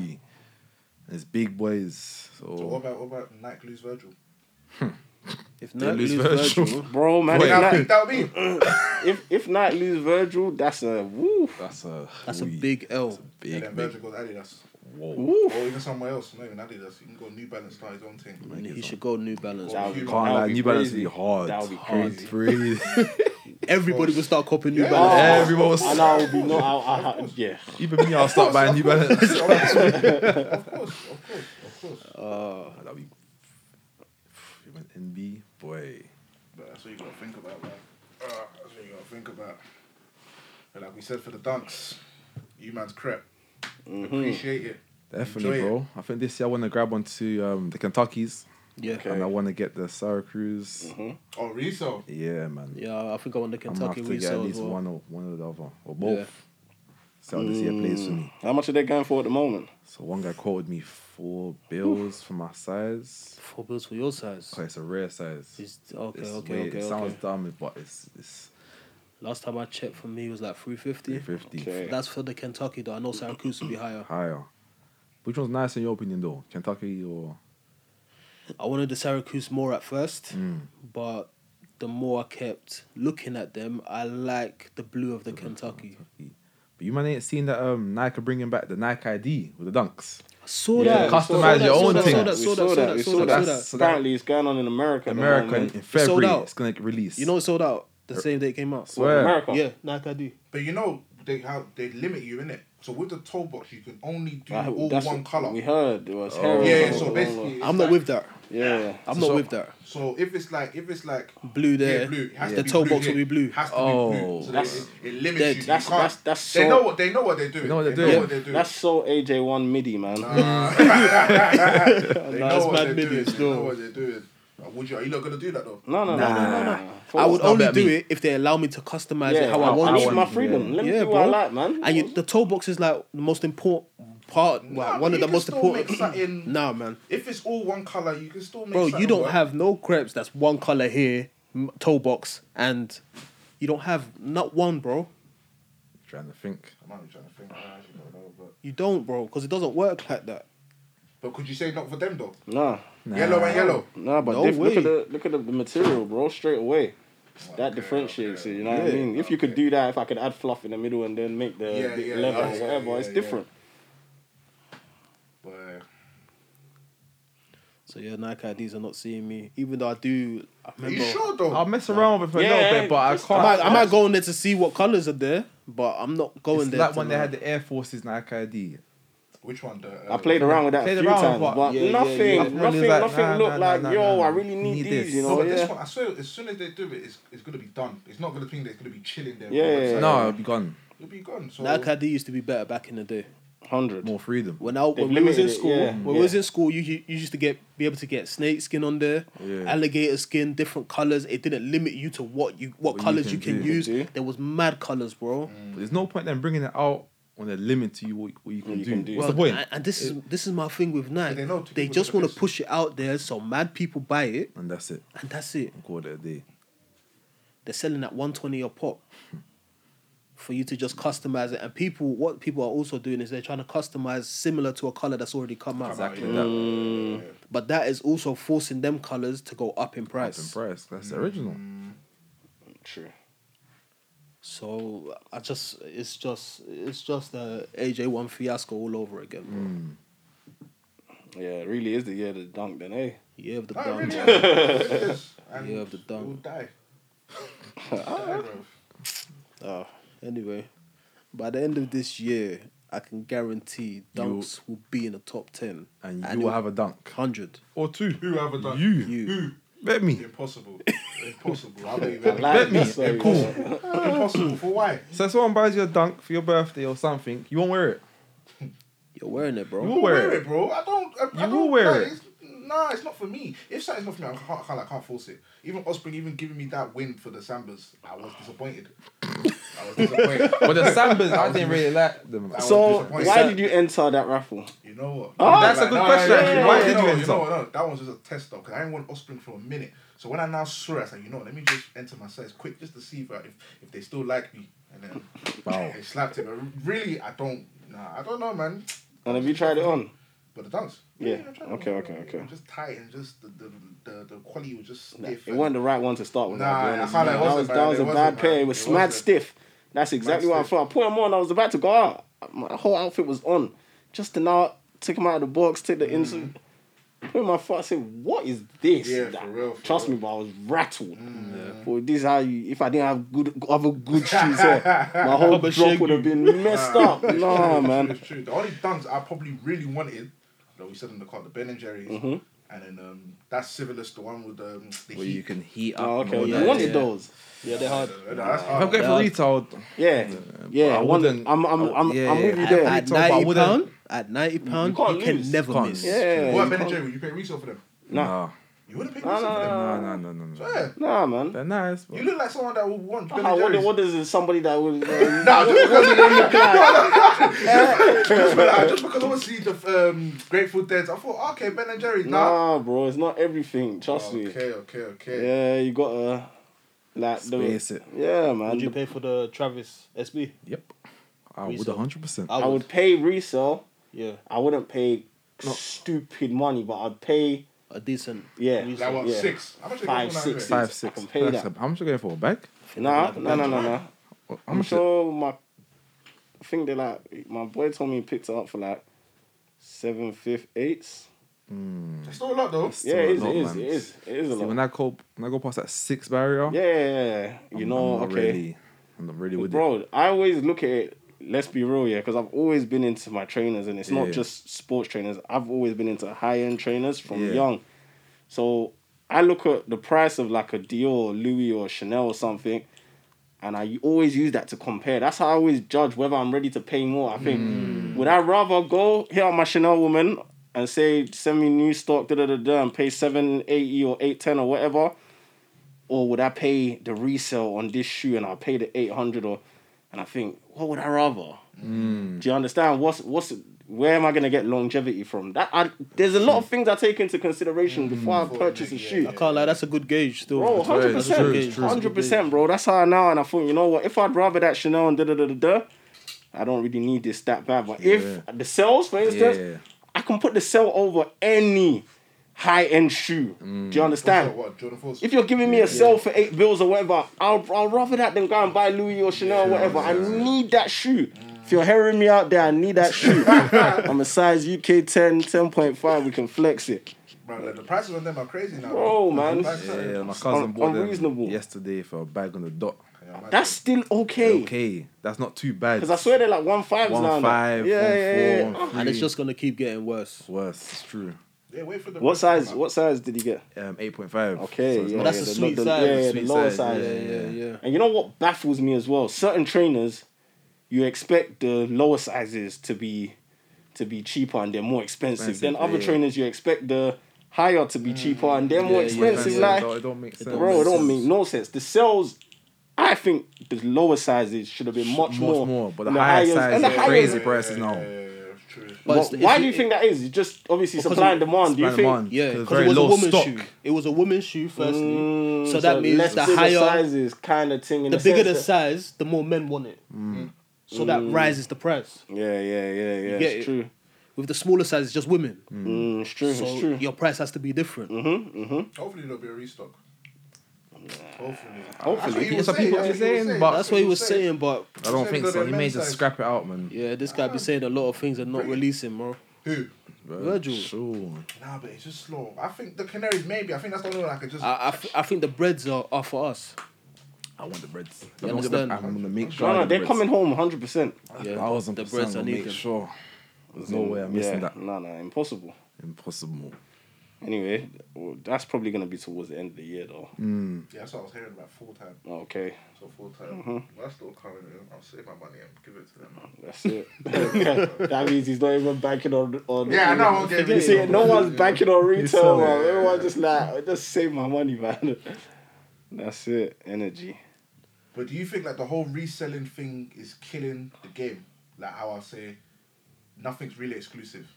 Speaker 2: and it's big boys. So,
Speaker 4: So what about what about Nike lose Virgil?
Speaker 5: If
Speaker 2: They
Speaker 5: Nike
Speaker 2: lose
Speaker 5: lose
Speaker 2: Virgil.
Speaker 5: Virgil,
Speaker 3: Bro, man,
Speaker 2: Wait.
Speaker 3: if,
Speaker 4: That'll be,
Speaker 3: Nike,
Speaker 5: <laughs>
Speaker 4: that'll be.
Speaker 3: if if Knight lose Virgil, that's a woof,
Speaker 2: that's a
Speaker 5: that's a
Speaker 2: wee-
Speaker 5: big L.
Speaker 2: that's a
Speaker 4: And
Speaker 2: big,
Speaker 4: then
Speaker 2: big
Speaker 4: Virgil goes Adidas.
Speaker 2: whoa.
Speaker 3: woof.
Speaker 4: Or even somewhere else. Not even Adidas. He can go New Balance, start his own thing.
Speaker 5: And he should go New Balance.
Speaker 4: Wow.
Speaker 3: That would-
Speaker 4: Can't
Speaker 3: that
Speaker 2: Can't
Speaker 3: would
Speaker 2: lie,
Speaker 3: be
Speaker 2: New Balance would
Speaker 3: crazy.
Speaker 2: be hard.
Speaker 3: That would be
Speaker 2: Hard
Speaker 3: crazy. <laughs>
Speaker 2: Free.
Speaker 5: Everybody will start copying New
Speaker 4: Yeah.
Speaker 5: Balance.
Speaker 4: Oh.
Speaker 2: Everyone was
Speaker 3: And I would be no, I, I, I, yeah.
Speaker 2: even me. I'll start
Speaker 3: <laughs>
Speaker 2: buying
Speaker 4: <laughs>
Speaker 2: New Balance. <laughs>
Speaker 4: of course, of course, of course.
Speaker 2: That'd <sighs> be. If it went NB, boy.
Speaker 4: But that's what you gotta think about, man. Uh, that's what you gotta think about. But like we said for the dunks, you man's crep.
Speaker 3: Hmm. Mm-hmm.
Speaker 4: Appreciate it.
Speaker 2: Definitely,
Speaker 4: Enjoy it.
Speaker 2: bro. I think this year I want to grab onto um, the Kentuckys
Speaker 5: Yeah.
Speaker 2: and
Speaker 3: Okay. Mm-hmm.
Speaker 2: I want to get the Syracuse.
Speaker 4: Oh, resale.
Speaker 2: Yeah, man.
Speaker 5: Yeah, I think I want the
Speaker 2: I'm gonna
Speaker 5: Kentucky
Speaker 2: have to get at
Speaker 5: resale
Speaker 2: least
Speaker 5: as well.
Speaker 2: one or one or the other or both.
Speaker 5: Yeah. Mm.
Speaker 2: So this year plays for me.
Speaker 3: How much are they going for at the moment?
Speaker 2: So one guy quoted me four bills for my size.
Speaker 5: Four bills for your size.
Speaker 2: Okay, it's a rare size.
Speaker 5: Is- okay,
Speaker 2: It's
Speaker 5: okay,
Speaker 2: weird.
Speaker 5: okay,
Speaker 2: It
Speaker 5: okay.
Speaker 2: sounds dumb, but it's it's
Speaker 5: Last time I checked for me was like 350.
Speaker 2: three fifty
Speaker 3: Okay.
Speaker 5: That's for the Kentucky though. I know Syracuse would be higher.
Speaker 2: higher. Which one's nice in your opinion though? Kentucky or
Speaker 5: I wanted the Syracuse more at first,
Speaker 2: Hmm.
Speaker 5: but the more I kept looking at them, I like the blue of the Kentucky.
Speaker 2: but you man ain't seen that um Nike bringing back the Nike ID with the dunks.
Speaker 5: I saw
Speaker 3: Yeah,
Speaker 5: that.
Speaker 3: we
Speaker 5: I
Speaker 2: customize
Speaker 5: saw that,
Speaker 2: your
Speaker 5: saw
Speaker 2: own
Speaker 5: that,
Speaker 2: thing.
Speaker 5: Saw that,
Speaker 3: We
Speaker 5: saw that, saw that,
Speaker 3: we
Speaker 5: saw that, saw
Speaker 2: That's-
Speaker 5: that.
Speaker 2: so that-
Speaker 3: Apparently, it's going on in America. at the
Speaker 2: America
Speaker 3: moment.
Speaker 2: in
Speaker 5: sold
Speaker 2: February
Speaker 5: out.
Speaker 2: it's gonna release.
Speaker 5: You know, it sold out the same day it came out.
Speaker 2: Uh, Swear.
Speaker 3: America.
Speaker 5: Yeah, Nike do.
Speaker 4: But you know they how they limit you in it. So with the toe box, you can only do
Speaker 3: Like,
Speaker 4: all
Speaker 3: that's
Speaker 4: one
Speaker 3: what
Speaker 4: color.
Speaker 3: We heard it was
Speaker 2: Oh.
Speaker 3: heroin.
Speaker 4: yeah,
Speaker 3: something
Speaker 4: so
Speaker 3: along
Speaker 4: basically,
Speaker 3: those-
Speaker 4: it's
Speaker 5: I'm not
Speaker 4: like-
Speaker 5: with that.
Speaker 3: yeah.
Speaker 5: I'm
Speaker 2: So-
Speaker 5: not with that.
Speaker 4: So if it's like if it's like
Speaker 5: Blue there.
Speaker 4: yeah, blue, it has
Speaker 5: The
Speaker 4: to be
Speaker 5: toe
Speaker 4: blue
Speaker 5: box
Speaker 4: here.
Speaker 5: will be blue.
Speaker 4: Has to be
Speaker 2: Oh,
Speaker 4: blue. So
Speaker 3: that's-
Speaker 4: that's, it, limits
Speaker 5: that's-
Speaker 4: you. you.
Speaker 3: that's-
Speaker 4: can't-
Speaker 3: that's- that's
Speaker 4: they
Speaker 3: so-
Speaker 4: know what they know what they're doing.
Speaker 2: Know what they're
Speaker 4: they
Speaker 2: doing.
Speaker 4: know what they're doing.
Speaker 3: That's so AJ1 MIDI, man.
Speaker 4: they
Speaker 5: Nah,
Speaker 4: know
Speaker 5: it's
Speaker 4: what
Speaker 5: mad
Speaker 4: they're doing.
Speaker 5: minutes,
Speaker 4: They know
Speaker 5: though.
Speaker 4: what they're doing. Like, would you? Are you not gonna do that though?
Speaker 3: <laughs> no, no, no, no, no, no. For
Speaker 5: I
Speaker 3: what?
Speaker 5: would
Speaker 2: not
Speaker 5: only
Speaker 2: about
Speaker 5: do
Speaker 2: me.
Speaker 5: it if they allow me to customize
Speaker 3: yeah,
Speaker 5: it how I want.
Speaker 3: I
Speaker 5: to.
Speaker 3: need my
Speaker 2: to.
Speaker 3: freedom. Let me
Speaker 5: Yeah,
Speaker 3: do what I
Speaker 5: bro.
Speaker 3: like, man.
Speaker 5: And you, the toe box is like the most important part, like
Speaker 4: but
Speaker 5: one of
Speaker 4: you
Speaker 5: the
Speaker 4: can
Speaker 5: most
Speaker 4: still
Speaker 5: important.
Speaker 4: make something-
Speaker 5: <clears throat> Nah, man,
Speaker 4: If it's all one color, you can still make.
Speaker 5: bro, you
Speaker 4: something
Speaker 5: don't
Speaker 4: work.
Speaker 5: have no crepes that's one color here, m- toe box, and you don't have not one, bro.
Speaker 2: trying to think.
Speaker 4: I might be trying to think. I actually don't know, but.
Speaker 5: You don't, bro, because it doesn't work like that.
Speaker 4: But could you say not for them though?
Speaker 3: Nah,
Speaker 4: Yellow and yellow.
Speaker 3: nah, but
Speaker 5: No
Speaker 3: diff- look
Speaker 5: way.
Speaker 3: at the look at the, the material, bro. Straight away, that
Speaker 4: Okay,
Speaker 3: differentiates
Speaker 4: okay.
Speaker 3: it. You know what I
Speaker 5: Yeah.
Speaker 3: mean? If you could do that, if I could add fluff in the middle and then make the,
Speaker 4: Yeah,
Speaker 3: the
Speaker 4: yeah,
Speaker 3: leather
Speaker 4: yeah,
Speaker 3: or
Speaker 4: yeah,
Speaker 3: whatever,
Speaker 4: yeah,
Speaker 3: it's
Speaker 4: yeah.
Speaker 3: different.
Speaker 4: But uh,
Speaker 5: So yeah, Nike IDs are not seeing me, even though I do. I
Speaker 4: are
Speaker 5: remember,
Speaker 4: you sure though?
Speaker 2: I'll mess around with it for a
Speaker 3: Yeah,
Speaker 2: little bit, but I
Speaker 3: just-
Speaker 2: can't.
Speaker 5: I might, I might go in there to see what colors are there, but I'm not going
Speaker 2: it's
Speaker 5: there.
Speaker 2: like
Speaker 5: to
Speaker 2: when they
Speaker 5: know.
Speaker 2: had the Air Forces Nike ID.
Speaker 4: Which one? The, uh,
Speaker 3: I played around with that
Speaker 2: Played
Speaker 3: a few
Speaker 2: around,
Speaker 3: times,
Speaker 2: but-
Speaker 3: but
Speaker 5: Yeah, yeah,
Speaker 3: nothing,
Speaker 5: yeah.
Speaker 3: nothing,
Speaker 2: Everyone is like,
Speaker 3: nothing
Speaker 2: nah,
Speaker 3: looked
Speaker 2: nah,
Speaker 3: like,
Speaker 2: nah,
Speaker 3: yo,
Speaker 2: nah,
Speaker 3: I
Speaker 2: nah.
Speaker 3: really need,
Speaker 2: Need
Speaker 3: these,
Speaker 2: this.
Speaker 3: you
Speaker 4: No,
Speaker 3: know?
Speaker 4: but
Speaker 3: yeah.
Speaker 4: this one, I swear, as soon as they do it, it's, it's gonna be done. It's not gonna think that it's gonna be chilling there. on the
Speaker 3: Yeah,
Speaker 4: website.
Speaker 3: yeah,
Speaker 2: No, it'll be gone.
Speaker 4: it'll be gone. So
Speaker 5: Nike ID used to be better back in the day.
Speaker 3: hundred.
Speaker 2: More freedom.
Speaker 5: When I when we was
Speaker 3: limited
Speaker 5: in
Speaker 3: it,
Speaker 5: school,
Speaker 3: yeah.
Speaker 5: when we
Speaker 3: Yeah.
Speaker 5: was in school, you, you you used to get be able to get snake skin on there,
Speaker 2: Yeah.
Speaker 5: alligator skin, different colors. It didn't limit you to what you what,
Speaker 2: What you
Speaker 5: colors
Speaker 2: can
Speaker 5: you can
Speaker 2: do.
Speaker 5: use.
Speaker 3: Do.
Speaker 5: There was mad colors, bro.
Speaker 4: Mm.
Speaker 2: But Mm. there's no point in bringing it out on a limit to you what, what you can,
Speaker 3: you
Speaker 2: do.
Speaker 3: can do.
Speaker 2: What's
Speaker 5: Bro,
Speaker 2: the point?
Speaker 5: And, and this is this is my thing with Nike.
Speaker 4: They
Speaker 5: They,
Speaker 4: know to keep
Speaker 5: just
Speaker 4: it in
Speaker 5: want
Speaker 4: the
Speaker 5: to push it out there so mad people buy it,
Speaker 2: and that's it.
Speaker 5: and that's it.
Speaker 2: Call it a day.
Speaker 5: They're selling at one twenty a pop. For you to just customize it, and people, what people are also doing is they're trying to customize similar to a color that's already come out.
Speaker 2: Exactly
Speaker 4: yeah.
Speaker 2: that. Mm.
Speaker 5: But that is also forcing them colors to go up in price.
Speaker 2: That's impressed. That's the original.
Speaker 3: True.
Speaker 5: So I just it's just it's just the AJ one fiasco all over again, bro.
Speaker 2: Mm.
Speaker 3: Yeah, it really is the year of the dunk, then, eh?
Speaker 5: Yeah, of the
Speaker 4: No, it
Speaker 5: dunk. <laughs>
Speaker 4: really is.
Speaker 5: bro.
Speaker 4: It really is. And
Speaker 5: Yeah, of the dumb.
Speaker 4: We'll die. Die, bro.
Speaker 5: Ah, anyway, by the end of this year, I can guarantee
Speaker 2: You-
Speaker 5: dunks will be in the top ten
Speaker 2: And you
Speaker 5: And
Speaker 2: will
Speaker 5: it-
Speaker 2: have a dunk.
Speaker 5: hundred.
Speaker 2: Or two.
Speaker 4: Who have a dunk?
Speaker 2: You.
Speaker 5: You.
Speaker 2: Bet me.
Speaker 4: Impossible. Impossible. I don't even.
Speaker 3: Like,
Speaker 2: me,
Speaker 3: that's very
Speaker 2: cool.
Speaker 3: good.
Speaker 4: Impossible. For why?
Speaker 2: So if someone buys you a dunk for your birthday or something, you won't wear it.
Speaker 5: You're wearing it,
Speaker 2: You
Speaker 5: bro.
Speaker 2: will wear
Speaker 4: Wear
Speaker 2: it.
Speaker 4: it, bro. I don't. I, I
Speaker 2: You
Speaker 4: don't,
Speaker 2: will wear
Speaker 4: like,
Speaker 2: it.
Speaker 4: It's, nah, it's not for me. If something's not for me, I can't, I can't, I can't force it. Even Osprey, even giving me that win for the Sambas, I was disappointed. I was disappointed.
Speaker 2: <laughs> But the Sambas, I didn't really like them.
Speaker 4: I was
Speaker 3: So,
Speaker 4: disappointed.
Speaker 3: why did you enter that raffle?
Speaker 4: You know what?
Speaker 3: Oh,
Speaker 2: Ah, that's a good question, actually. Why did
Speaker 4: no,
Speaker 2: you
Speaker 4: You
Speaker 2: enter?
Speaker 4: know what? No, that one was just a test though, because I didn't want Offspring for a minute. So when I now saw it, I was like, you know, what, let me just enter my size quick, just to see if I, if, if they still like me. And then
Speaker 2: Wow.
Speaker 4: they slapped it. But really, I don't. Nah, I don't know, man.
Speaker 3: And have you tried it on?
Speaker 4: But the dunks.
Speaker 3: Yeah,
Speaker 4: I tried it.
Speaker 3: okay, okay, okay.
Speaker 4: It was Just tight and just the the the, the quality was just
Speaker 3: Nah,
Speaker 4: stiff.
Speaker 3: it
Speaker 4: and-
Speaker 3: wasn't the right one to start with.
Speaker 4: Nah,
Speaker 3: I'll be
Speaker 4: I
Speaker 3: honest,
Speaker 4: can't lie,
Speaker 3: man.
Speaker 4: it
Speaker 3: that was
Speaker 4: wasn't,
Speaker 3: that
Speaker 4: man.
Speaker 3: was
Speaker 4: It
Speaker 3: a bad
Speaker 4: wasn't,
Speaker 3: pair.
Speaker 4: man.
Speaker 3: It was
Speaker 4: It
Speaker 3: mad
Speaker 4: wasn't.
Speaker 3: stiff. That's exactly what I
Speaker 4: stiff.
Speaker 3: thought. I put them on. I was about to go out. My whole outfit was on. Just to now take them out of the box, take the insert, put in my foot. I said, "What is this?"
Speaker 4: Mm. Yeah, for
Speaker 3: That-
Speaker 4: real, for
Speaker 3: trust
Speaker 4: real. Mm.
Speaker 3: me, but I was rattled. Well, this is how you. If I didn't have good
Speaker 4: <laughs>
Speaker 3: other good shoes, on, my whole
Speaker 5: Proper
Speaker 3: drop
Speaker 5: shaggy.
Speaker 3: would have been messed
Speaker 2: <laughs>
Speaker 3: up. Nah,
Speaker 4: It's true,
Speaker 3: man. Mm-hmm.
Speaker 4: It's true. The only dunks I probably really wanted, like we said in the car, the Ben and Jerry's, and then um, that's Civilist, the one with the, the
Speaker 2: Where
Speaker 4: heat.
Speaker 2: you can heat up.
Speaker 3: Oh,
Speaker 2: and
Speaker 3: okay.
Speaker 2: all
Speaker 3: You
Speaker 2: that,
Speaker 3: wanted
Speaker 2: yeah.
Speaker 3: those.
Speaker 5: Yeah, they're hard.
Speaker 4: No, that's
Speaker 2: If I'm
Speaker 4: hard.
Speaker 2: going for retail,
Speaker 3: Yeah. Yeah.
Speaker 2: I
Speaker 3: I wouldn't.
Speaker 2: wouldn't-
Speaker 3: I'm. I'm. I'm.
Speaker 2: yeah.
Speaker 3: I'm with you
Speaker 2: I-
Speaker 3: there.
Speaker 2: I-
Speaker 5: At
Speaker 2: So, but
Speaker 5: ninety
Speaker 2: wouldn't-
Speaker 5: pound, at ninety pound,
Speaker 3: can't
Speaker 5: you can
Speaker 3: lose.
Speaker 5: never
Speaker 2: Can't.
Speaker 5: miss.
Speaker 3: yeah.
Speaker 4: What
Speaker 3: you
Speaker 4: Ben and
Speaker 3: can't-
Speaker 4: Jerry? You pay resale for them?
Speaker 3: Nah.
Speaker 2: Nah.
Speaker 4: You wouldn't pay
Speaker 3: Nah,
Speaker 4: resale for them.
Speaker 3: nah,
Speaker 2: Nah, nah, nah, nah, nah.
Speaker 4: Swear.
Speaker 3: nah, man.
Speaker 2: They're nice,
Speaker 4: You
Speaker 2: but
Speaker 4: look like someone that would want Ben
Speaker 3: Ah,
Speaker 4: and
Speaker 3: what,
Speaker 4: Jerry's.
Speaker 3: what is it? Somebody that would.
Speaker 4: Nah, just because <laughs> just, because- just because I want to see the um, Grateful Dead, I thought, okay, Ben and Jerry's. Nah.
Speaker 3: Nah, bro, it's not everything. Trust me.
Speaker 4: Okay, okay, okay.
Speaker 3: Yeah, you gotta like the-
Speaker 2: space it.
Speaker 3: Yeah, man.
Speaker 5: Would you pay for the Travis SB?
Speaker 2: Yep. I would
Speaker 5: Resale.
Speaker 2: 100%.
Speaker 3: I would pay resale.
Speaker 5: Yeah,
Speaker 3: I wouldn't pay stupid money, but I'd pay
Speaker 5: a decent.
Speaker 3: Yeah.
Speaker 5: resale.
Speaker 4: Like what?
Speaker 3: Yeah.
Speaker 4: Six. How much are
Speaker 3: Five,
Speaker 4: they going
Speaker 3: six.
Speaker 4: for now?
Speaker 2: Five,
Speaker 3: I
Speaker 2: six.
Speaker 3: can pay
Speaker 2: That's
Speaker 3: that.
Speaker 2: a- How much are you going for? A bag?
Speaker 3: Nah, no, no, no, no.
Speaker 2: How
Speaker 3: I'm
Speaker 2: much?
Speaker 3: sure my I think they like my boy told me he picked it up for like seven fifth eights.
Speaker 4: It's Still a lot though.
Speaker 2: Still
Speaker 3: Yeah,
Speaker 2: a
Speaker 3: it is,
Speaker 2: lot,
Speaker 3: it is,
Speaker 2: man.
Speaker 3: it is, it is a
Speaker 2: See, when
Speaker 3: lot.
Speaker 2: I go when I go past that six barrier,
Speaker 3: Yeah, yeah, yeah. You
Speaker 2: I'm-
Speaker 3: know,
Speaker 2: I'm not
Speaker 3: okay.
Speaker 2: really, I'm not really with it.
Speaker 3: Bro, I always look at it. Let's be real, yeah, because I've always been into my trainers, and it's not
Speaker 2: Yeah.
Speaker 3: just sports trainers. I've always been into high end trainers from
Speaker 2: Yeah.
Speaker 3: young. So I look at the price of like a Dior, Louis, or Chanel or something, and I always use that to compare. That's how I always judge whether I'm ready to pay more. I think
Speaker 2: Mm.
Speaker 3: would I rather go hit up my Chanel woman and say send me new stock, da da da da, and pay seven eighty or eight ten or whatever, or would I pay the resale on this shoe and I'll pay the eight hundred or, and I think what would I rather?
Speaker 2: Mm.
Speaker 3: Do you understand? What's what's where am I gonna get longevity from? That I, there's a lot of things I take into consideration before I purchase a shoe.
Speaker 5: I can't lie. That's a good gauge, still.
Speaker 3: Bro,
Speaker 5: That's a good
Speaker 3: hundred
Speaker 2: true, it's
Speaker 3: percent,
Speaker 2: true.
Speaker 3: hundred percent, bro. That's how I now, and I thought, you know what? If I'd rather that Chanel and da da da da da, I don't really need this that bad. But if
Speaker 2: Yeah.
Speaker 3: the sales, for instance,
Speaker 2: Yeah.
Speaker 3: I can put the sale over any high end shoe.
Speaker 2: Mm.
Speaker 3: Do you understand?
Speaker 4: Also, What, Jordan Fours?
Speaker 3: If you're giving me a sale for eight bills or whatever, I'll, I'll rather that than go and buy Louis or Chanel or whatever. I need that shoe. If you're hearing me out there, I need that
Speaker 2: <laughs>
Speaker 3: shoe. I'm a size UK 10, 10.5. We can flex it.
Speaker 4: Man, like, the prices on them are crazy now.
Speaker 3: Bro, man.
Speaker 4: Like,
Speaker 2: Yeah,
Speaker 4: yeah,
Speaker 2: my cousin
Speaker 3: un-
Speaker 2: bought them
Speaker 3: unreasonable.
Speaker 2: yesterday for a bag on the dot.
Speaker 4: man.
Speaker 3: That's still okay.
Speaker 2: Okay, that's not too bad.
Speaker 3: Because I swear they're like one fives
Speaker 2: one
Speaker 3: now. no?
Speaker 2: five,
Speaker 3: yeah,
Speaker 2: one
Speaker 3: yeah,
Speaker 2: four,
Speaker 3: yeah.
Speaker 2: one three.
Speaker 5: And it's just gonna keep getting worse.
Speaker 2: worse. It's true.
Speaker 4: Yeah, wait for the.
Speaker 3: What size? What size did he get?
Speaker 2: Um, eight point five.
Speaker 3: Okay, yeah,
Speaker 5: But that's
Speaker 3: yeah,
Speaker 5: a
Speaker 3: the-
Speaker 5: sweet
Speaker 3: the-
Speaker 5: size.
Speaker 3: Yeah, yeah,
Speaker 2: Sweet
Speaker 3: the lower
Speaker 2: size,
Speaker 3: size.
Speaker 2: yeah,
Speaker 5: Yeah, yeah.
Speaker 3: And you know what baffles me as well? Certain trainers, you expect the lower sizes to be to be cheaper and they're more expensive.
Speaker 2: Expensive,
Speaker 3: Then other
Speaker 2: yeah.
Speaker 3: trainers, you expect the higher to be cheaper and they're more
Speaker 5: yeah,
Speaker 3: expensive.
Speaker 5: yeah.
Speaker 3: like,
Speaker 2: it don't make sense.
Speaker 3: bro, it don't make no sense. The sales, I think the lower sizes should have been much,
Speaker 2: much
Speaker 3: more.
Speaker 2: more, but the
Speaker 3: and
Speaker 2: higher
Speaker 3: highest-
Speaker 2: size
Speaker 3: and the
Speaker 2: is
Speaker 3: higher-
Speaker 2: crazy
Speaker 4: Yeah,
Speaker 2: prices now.
Speaker 4: yeah, yeah, yeah, it's true.
Speaker 5: But
Speaker 3: Well,
Speaker 5: it's-
Speaker 3: why
Speaker 5: it's-
Speaker 3: do you think that is? It's just obviously
Speaker 5: Because
Speaker 3: supply
Speaker 5: of-
Speaker 3: and demand. do you think?
Speaker 5: Yeah,
Speaker 2: because
Speaker 5: because it
Speaker 2: very
Speaker 5: was a
Speaker 2: low
Speaker 5: woman's
Speaker 2: stock.
Speaker 5: shoe. It was a woman's shoe, firstly.
Speaker 3: Mm,
Speaker 5: so that means
Speaker 3: less
Speaker 5: the
Speaker 3: bigger
Speaker 5: higher,
Speaker 3: sizes kind of thing. In
Speaker 5: the bigger the
Speaker 3: sense that-
Speaker 5: size, the more men want it.
Speaker 3: Mm.
Speaker 5: So that rises the price.
Speaker 3: Yeah, yeah, yeah, yeah.
Speaker 5: get
Speaker 3: it's
Speaker 5: it?
Speaker 3: true.
Speaker 5: With the smaller size, it's just women.
Speaker 3: Mm, it's true. it's
Speaker 5: So
Speaker 3: true. Mm-hmm,
Speaker 5: your price has to be different.
Speaker 4: Hopefully there'll be a restock. Hopefully.
Speaker 3: Hopefully.
Speaker 4: That's what he
Speaker 2: That's
Speaker 4: was
Speaker 2: what people
Speaker 4: saying, that's what he was
Speaker 2: are saying,
Speaker 4: saying,
Speaker 2: but-
Speaker 5: That's what he was saying, but
Speaker 2: I don't think
Speaker 4: Because
Speaker 2: so.
Speaker 4: they're
Speaker 2: He may
Speaker 4: men's
Speaker 2: just
Speaker 4: size.
Speaker 2: scrap it out, man.
Speaker 5: yeah, this guy
Speaker 3: Ah.
Speaker 5: be saying a lot of things and not releasing, bro.
Speaker 4: Who?
Speaker 2: Bro,
Speaker 5: Virgil.
Speaker 2: Sure.
Speaker 4: Nah, but it's just slow. I think the Canaries maybe. I think that's the only one I could just.
Speaker 5: I, I, f- I think the breads are, are for us.
Speaker 2: I want the breads. If
Speaker 5: You
Speaker 2: I don't get them,
Speaker 5: understand?
Speaker 2: I'm gonna make sure.
Speaker 3: No,
Speaker 2: I
Speaker 3: no,
Speaker 2: get the
Speaker 3: they're
Speaker 2: breads.
Speaker 3: coming home 100%.
Speaker 5: Yeah,
Speaker 2: I was
Speaker 5: the
Speaker 2: the
Speaker 5: breads
Speaker 2: breads.
Speaker 5: are
Speaker 2: I make
Speaker 5: needed.
Speaker 2: sure. There's no way I'm missing
Speaker 3: yeah,
Speaker 2: that.
Speaker 3: No, no, impossible.
Speaker 2: Impossible.
Speaker 3: Anyway, well, that's probably going to be towards the end of the year, though.
Speaker 4: yeah, that's what I was hearing about full time.
Speaker 3: Okay,
Speaker 4: So full time. That's still coming. in. I'll save my money and give it to them.
Speaker 3: that's
Speaker 2: <laughs>
Speaker 3: it. <laughs> that means he's not even banking on. on
Speaker 4: Yeah, I know. I won't get
Speaker 3: You
Speaker 4: it.
Speaker 3: see, no one's banking on retail,
Speaker 2: selling.
Speaker 3: man. Everyone's just like, "I just save my money, man. <laughs> That's it. Energy.
Speaker 4: But do you think like the whole reselling thing is killing the game? Like how I say, nothing's really exclusive.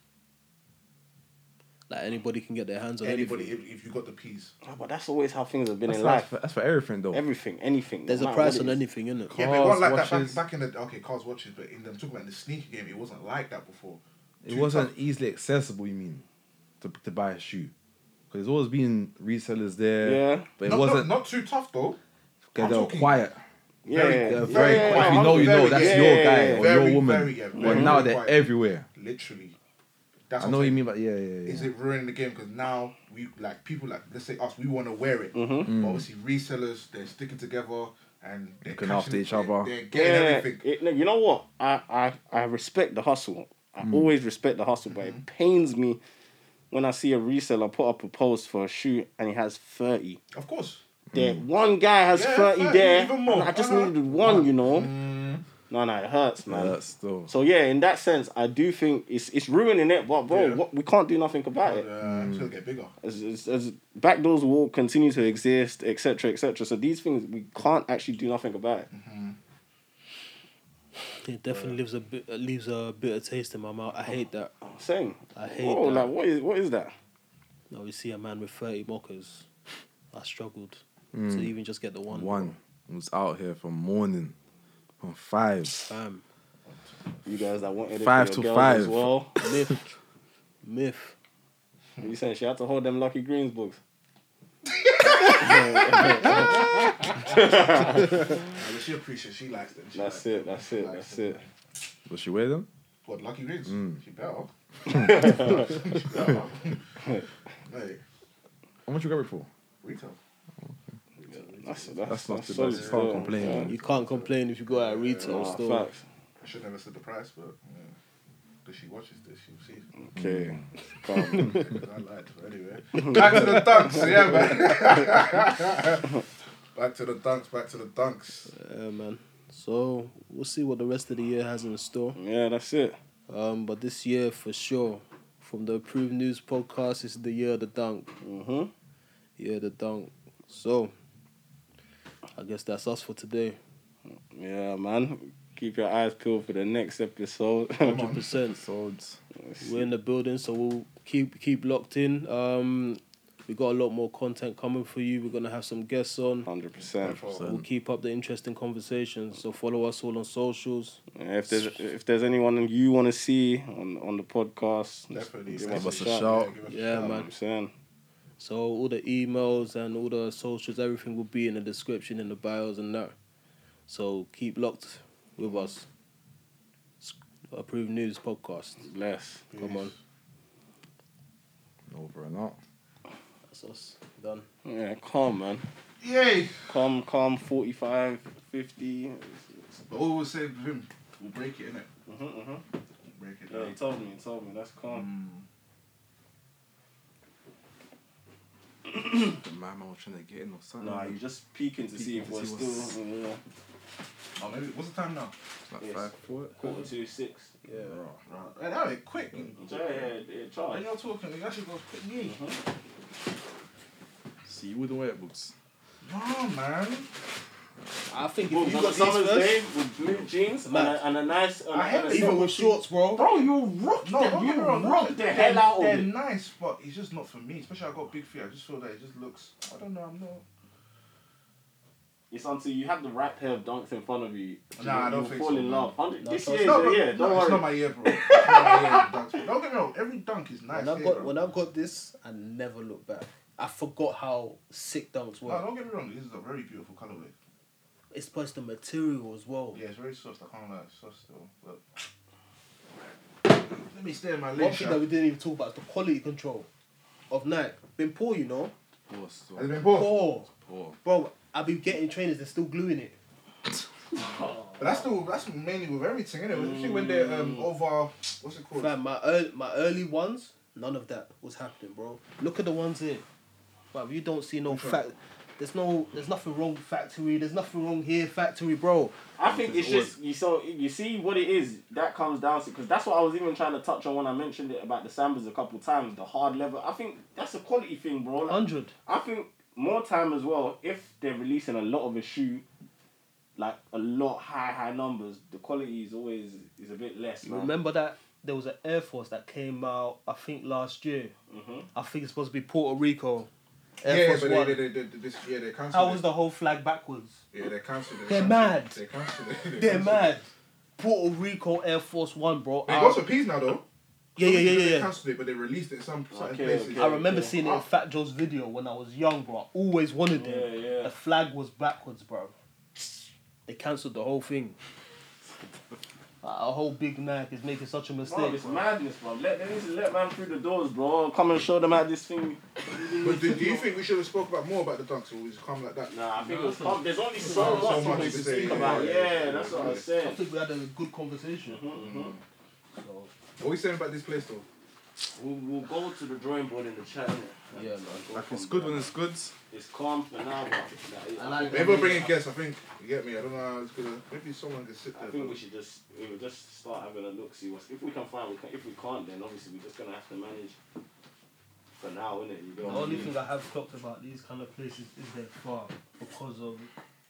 Speaker 5: Like anybody can get their hands on
Speaker 4: Anybody,
Speaker 5: anything.
Speaker 4: if, if you got the peas.
Speaker 3: Oh, but that's always how things have been
Speaker 2: That's,
Speaker 3: in
Speaker 2: that's,
Speaker 3: life.
Speaker 2: for, that's for everything though.
Speaker 3: Everything, anything. no
Speaker 5: There's a
Speaker 3: matter
Speaker 5: price
Speaker 3: what
Speaker 5: on
Speaker 3: it is.
Speaker 5: anything, isn't it?
Speaker 4: Yeah, but it wasn't like
Speaker 2: watches.
Speaker 4: that back, back in the okay cars watches, but in them talking about the sneaker game, it wasn't like that before.
Speaker 2: it
Speaker 4: Too
Speaker 2: wasn't
Speaker 4: tough.
Speaker 2: easily accessible. You mean to, to buy a shoe? Because there's always been resellers there.
Speaker 3: Yeah.
Speaker 2: but it
Speaker 4: not,
Speaker 2: wasn't.
Speaker 4: not, not too tough though.
Speaker 2: okay,
Speaker 4: I'm
Speaker 2: they were
Speaker 4: talking-
Speaker 2: quiet.
Speaker 3: Yeah,
Speaker 4: Very-
Speaker 3: yeah,
Speaker 2: They're
Speaker 3: yeah,
Speaker 2: very
Speaker 3: yeah,
Speaker 2: quiet.
Speaker 3: yeah,
Speaker 2: If you know, you know.
Speaker 3: very-
Speaker 2: That's
Speaker 3: yeah,
Speaker 2: your
Speaker 3: yeah,
Speaker 2: guy
Speaker 3: yeah.
Speaker 2: or
Speaker 4: Very,
Speaker 2: your woman.
Speaker 4: very, yeah,
Speaker 2: but
Speaker 4: very
Speaker 2: now they're
Speaker 4: quiet.
Speaker 2: everywhere.
Speaker 4: Literally. That's
Speaker 2: I
Speaker 4: what
Speaker 2: know
Speaker 4: I'm
Speaker 2: what you
Speaker 4: saying.
Speaker 2: mean, but yeah, yeah, yeah.
Speaker 4: Is it ruining the game? Because now we like people like let's say us, we want to wear it.
Speaker 3: Mm-hmm.
Speaker 2: Mm.
Speaker 4: But obviously resellers, they're sticking together and they're
Speaker 2: Looking
Speaker 4: catching-
Speaker 2: after each
Speaker 4: they're-
Speaker 2: other.
Speaker 4: They're
Speaker 3: Yeah,
Speaker 4: getting everything.
Speaker 3: it- no, you know what?
Speaker 4: Mm. Mm-hmm.
Speaker 3: I, I, I respect the hustle. I always respect the hustle, but it pains me when I see a reseller put up a post for a shoe and he has 30.
Speaker 4: Of course.
Speaker 3: There, one guy has
Speaker 4: Mm. Yeah,
Speaker 3: 30,
Speaker 4: 30,
Speaker 3: there.
Speaker 4: even more. Mm.
Speaker 3: and I just
Speaker 4: Uh-huh.
Speaker 3: needed one, you know. No, no, it hurts, man.
Speaker 2: That's still.
Speaker 3: So yeah, in that sense, I do think it's it's ruining it, but bro,
Speaker 4: Yeah.
Speaker 3: what, we can't do nothing about
Speaker 4: But,
Speaker 3: it.
Speaker 4: uh,
Speaker 2: Mm.
Speaker 4: It's gonna get bigger.
Speaker 3: As, as, as backdoors will continue to exist, etc., etc. So these things we can't actually do nothing about it.
Speaker 4: Mm-hmm.
Speaker 5: It definitely leaves a bit, leaves a bitter taste in my mouth. I hate that.
Speaker 3: Same.
Speaker 5: I hate
Speaker 3: Bro,
Speaker 5: that.
Speaker 3: like what is what is that?
Speaker 5: Now we see a man with thirty mockers. I struggled to even just get the one.
Speaker 2: One was out here from morning, from five.
Speaker 5: Bam.
Speaker 3: You guys that wanted it
Speaker 2: Five
Speaker 3: for
Speaker 2: to
Speaker 3: your girls
Speaker 2: five.
Speaker 3: as well.
Speaker 5: Myth. Myth.
Speaker 3: What you saying she had to hold them Lucky Greens books.
Speaker 4: Nah, but she appreciates. She likes them. She
Speaker 3: That's
Speaker 4: likes
Speaker 3: it. That's it.
Speaker 4: Like,
Speaker 3: That's it.
Speaker 2: Does she wear them?
Speaker 4: What lucky rings?
Speaker 2: Mm.
Speaker 4: She
Speaker 3: <laughs>
Speaker 4: better. <laughs> she better. <laughs> hey,
Speaker 2: How much you grab it for?
Speaker 4: retail.
Speaker 3: That's that's
Speaker 2: That's
Speaker 3: that's,
Speaker 2: not
Speaker 3: that's
Speaker 2: too bad.
Speaker 3: solid.
Speaker 2: Can't
Speaker 3: still.
Speaker 2: complain.
Speaker 3: Yeah.
Speaker 5: You can't complain if you go at a retail
Speaker 3: Nah,
Speaker 5: store.
Speaker 3: Ah, facts.
Speaker 4: I should never said the price, but because she watches this, she'll
Speaker 3: <laughs>
Speaker 4: see.
Speaker 3: Okay.
Speaker 2: Mm.
Speaker 3: Calm.
Speaker 4: I lied. Anyway, back to
Speaker 3: <laughs>
Speaker 4: the dunks. Yeah, man. back to the dunks. Back to the dunks.
Speaker 5: Yeah, man. So we'll see what the rest of the year has in store.
Speaker 3: yeah, that's it.
Speaker 5: Um, but this year for sure, from the Approved News podcast, it's the year of the dunk.
Speaker 3: Mm-hmm.
Speaker 5: Year of the dunk. So I guess that's us for today.
Speaker 3: Yeah, man. Keep your eyes peeled for the next episode. <laughs>
Speaker 5: Hundred percent.
Speaker 2: Swords.
Speaker 5: We're in the building, so we'll keep keep locked in. Um, we got a lot more content coming for you. We're gonna have some guests on.
Speaker 3: Hundred percent.
Speaker 5: We'll keep up the interesting conversations. So follow us all on socials.
Speaker 3: If there's if there's anyone you want to see on on the podcast,
Speaker 4: Definitely.
Speaker 3: give
Speaker 4: message
Speaker 3: us a
Speaker 4: us,
Speaker 3: shout.
Speaker 2: shout.
Speaker 4: yeah, give us a shout.
Speaker 5: Yeah,
Speaker 3: You know what
Speaker 5: man.
Speaker 3: I'm saying.
Speaker 5: So all the emails and all the socials, everything will be in the description, in the bios, and that. So keep locked with us. S- Approved News Podcast.
Speaker 3: Bless.
Speaker 5: Come on,
Speaker 2: Over and out.
Speaker 5: that's us. Done.
Speaker 3: Yeah, calm man.
Speaker 4: Yay!
Speaker 3: Calm, calm. 45, 50. It's-
Speaker 4: But what we say with him, we'll break it, innit?
Speaker 3: it's- mhm, mhm.
Speaker 4: We'll break it.
Speaker 3: Yeah, he told me. He told me. That's calm.
Speaker 2: The man was trying to get in or something.
Speaker 3: Nah, you're just peeking to see if
Speaker 2: Mm. Peeking
Speaker 3: we're
Speaker 2: to see what's-
Speaker 3: still yeah,
Speaker 4: Oh, maybe. What's the time now?
Speaker 2: like
Speaker 3: yes.
Speaker 2: five four.
Speaker 3: quarter to six.
Speaker 5: Yeah.
Speaker 4: Right. Hey, that went quick.
Speaker 3: Yeah, yeah, yeah.
Speaker 4: When
Speaker 3: Charlie.
Speaker 4: you're talking, it actually goes quick. Yeah.
Speaker 3: Uh-huh.
Speaker 2: See, you wouldn't wear boots.
Speaker 4: No, man.
Speaker 5: I think
Speaker 3: Well,
Speaker 5: if you
Speaker 3: got
Speaker 5: got these
Speaker 3: summer's day
Speaker 5: first,
Speaker 3: with blue jeans and
Speaker 5: Mad.
Speaker 3: a, and a nice. And
Speaker 4: I hate
Speaker 3: and
Speaker 4: it.
Speaker 3: a
Speaker 4: Even
Speaker 3: with shorts,
Speaker 4: bro.
Speaker 3: bro. You rocked
Speaker 4: No,
Speaker 3: it.
Speaker 4: don't get
Speaker 3: You
Speaker 4: me wrong.
Speaker 3: rocked the
Speaker 4: they're-
Speaker 3: hell out of
Speaker 4: They're
Speaker 3: it.
Speaker 4: nice, but it's just not for me. Especially I got big feet. I just feel that it just looks. I don't know. I'm not.
Speaker 3: It's until you have the right pair of dunks in front of you.
Speaker 4: Nah,
Speaker 3: you,
Speaker 4: I don't
Speaker 3: you
Speaker 4: think
Speaker 3: fall
Speaker 4: so,
Speaker 3: in
Speaker 4: man.
Speaker 3: love. Hundred-
Speaker 5: No,
Speaker 3: this
Speaker 5: so-
Speaker 3: year,
Speaker 4: no, no,
Speaker 3: yeah, don't
Speaker 4: no, It's
Speaker 3: worry.
Speaker 4: not my year, bro. It's not my year, <laughs> with dunks, bro. Don't get me wrong. Every dunk is nice.
Speaker 5: when I've
Speaker 4: here,
Speaker 5: got
Speaker 4: bro.
Speaker 5: when I've got this, I never look back. I forgot how sick dunks were.
Speaker 4: No, don't get me wrong. This is a very beautiful colorway.
Speaker 5: It's plus the material as well.
Speaker 4: Yeah, it's very soft. I can't lie, it's soft still. But let me stay in my
Speaker 5: One
Speaker 4: lane.
Speaker 5: thing that we
Speaker 4: shot.
Speaker 5: didn't even talk about is the quality control of Nike. Been poor, you know.
Speaker 2: Poor, so
Speaker 4: Has it been poor?
Speaker 5: Poor,
Speaker 2: poor.
Speaker 5: bro. I be getting trainers. They're still gluing it.
Speaker 4: But that's still that's mainly with everything, isn't it? Especially when they're um, over what's it called?
Speaker 5: Mm. Fam, my early, my early ones, none of that was happening, bro. Look at the ones here, but you don't see no fact. There's no, there's nothing wrong factory. There's nothing wrong here factory, bro.
Speaker 3: I think it's just you. So you see what it is that comes down to because that's what I was even trying to touch on when I mentioned it about the Sambas a couple times. The hard leather. I think that's a quality thing, bro. Like,
Speaker 5: Hundred.
Speaker 3: I think more time as well. If they're releasing a lot of a shoe, like a lot high high numbers, the quality is always is a bit less.
Speaker 5: You
Speaker 3: Man.
Speaker 5: Remember that there was an Air Force that came out, I think last year.
Speaker 3: Mm-hmm.
Speaker 5: I think it's supposed to be Puerto Rico. Air
Speaker 4: yeah,
Speaker 5: Force
Speaker 4: but
Speaker 5: One.
Speaker 4: they, they, they, they, this, yeah, they cancelled.
Speaker 5: How was
Speaker 4: it.
Speaker 5: the whole flag backwards?
Speaker 4: Yeah, they cancelled. it,
Speaker 5: They're
Speaker 4: cancelled
Speaker 5: mad.
Speaker 4: it, They cancelled. it, they
Speaker 5: They're
Speaker 4: cancelled it.
Speaker 5: mad. Puerto Rico Air Force One, bro.
Speaker 4: They
Speaker 5: I-
Speaker 4: got some peas now though.
Speaker 5: yeah, yeah, yeah,
Speaker 4: They
Speaker 5: yeah, yeah.
Speaker 4: cancelled it, but they released it in some certain
Speaker 3: Okay,
Speaker 4: places.
Speaker 3: okay.
Speaker 5: I remember
Speaker 3: Yeah.
Speaker 5: seeing it in Fat Joe's video when I was young, bro. I always wanted them.
Speaker 3: Yeah, yeah.
Speaker 5: The flag was backwards, bro. They cancelled the whole thing. <laughs> Our whole big Mac is making such a
Speaker 3: Bro,
Speaker 5: mistake.
Speaker 3: it's madness, bro. Let they need to let man through the doors, bro. Come and show them how this thing.
Speaker 4: But do, do you think we should have spoke about more about the dunks or just come like that?
Speaker 3: Nah, I think it was calm. There's only so
Speaker 4: much
Speaker 3: much, to
Speaker 4: you can
Speaker 3: speak
Speaker 4: say,
Speaker 3: about.
Speaker 4: yeah,
Speaker 3: Yeah,
Speaker 4: yeah, yeah.
Speaker 3: that's what I'm
Speaker 5: I
Speaker 3: saying.
Speaker 5: think we had a good conversation. So,
Speaker 4: What are we saying about this place though?
Speaker 3: We'll, we'll go to the drawing board in the chat. innit?
Speaker 7: Yeah, man.
Speaker 3: Go
Speaker 2: Like
Speaker 3: from
Speaker 2: it's good
Speaker 3: there.
Speaker 2: when it's good.
Speaker 3: It's calm for now, but like,
Speaker 7: I like
Speaker 4: Maybe we'll bring in guests. I think you get me. I don't know how it's gonna. Maybe someone can sit
Speaker 3: I
Speaker 4: there.
Speaker 3: think we should just we will just start having a look, see what's if we can find. We can, if we can't, then obviously we're just gonna have to manage for now, innit? You
Speaker 5: The
Speaker 3: know. what I
Speaker 5: only
Speaker 3: mean?
Speaker 5: thing I have talked about these kind of places is they're far because of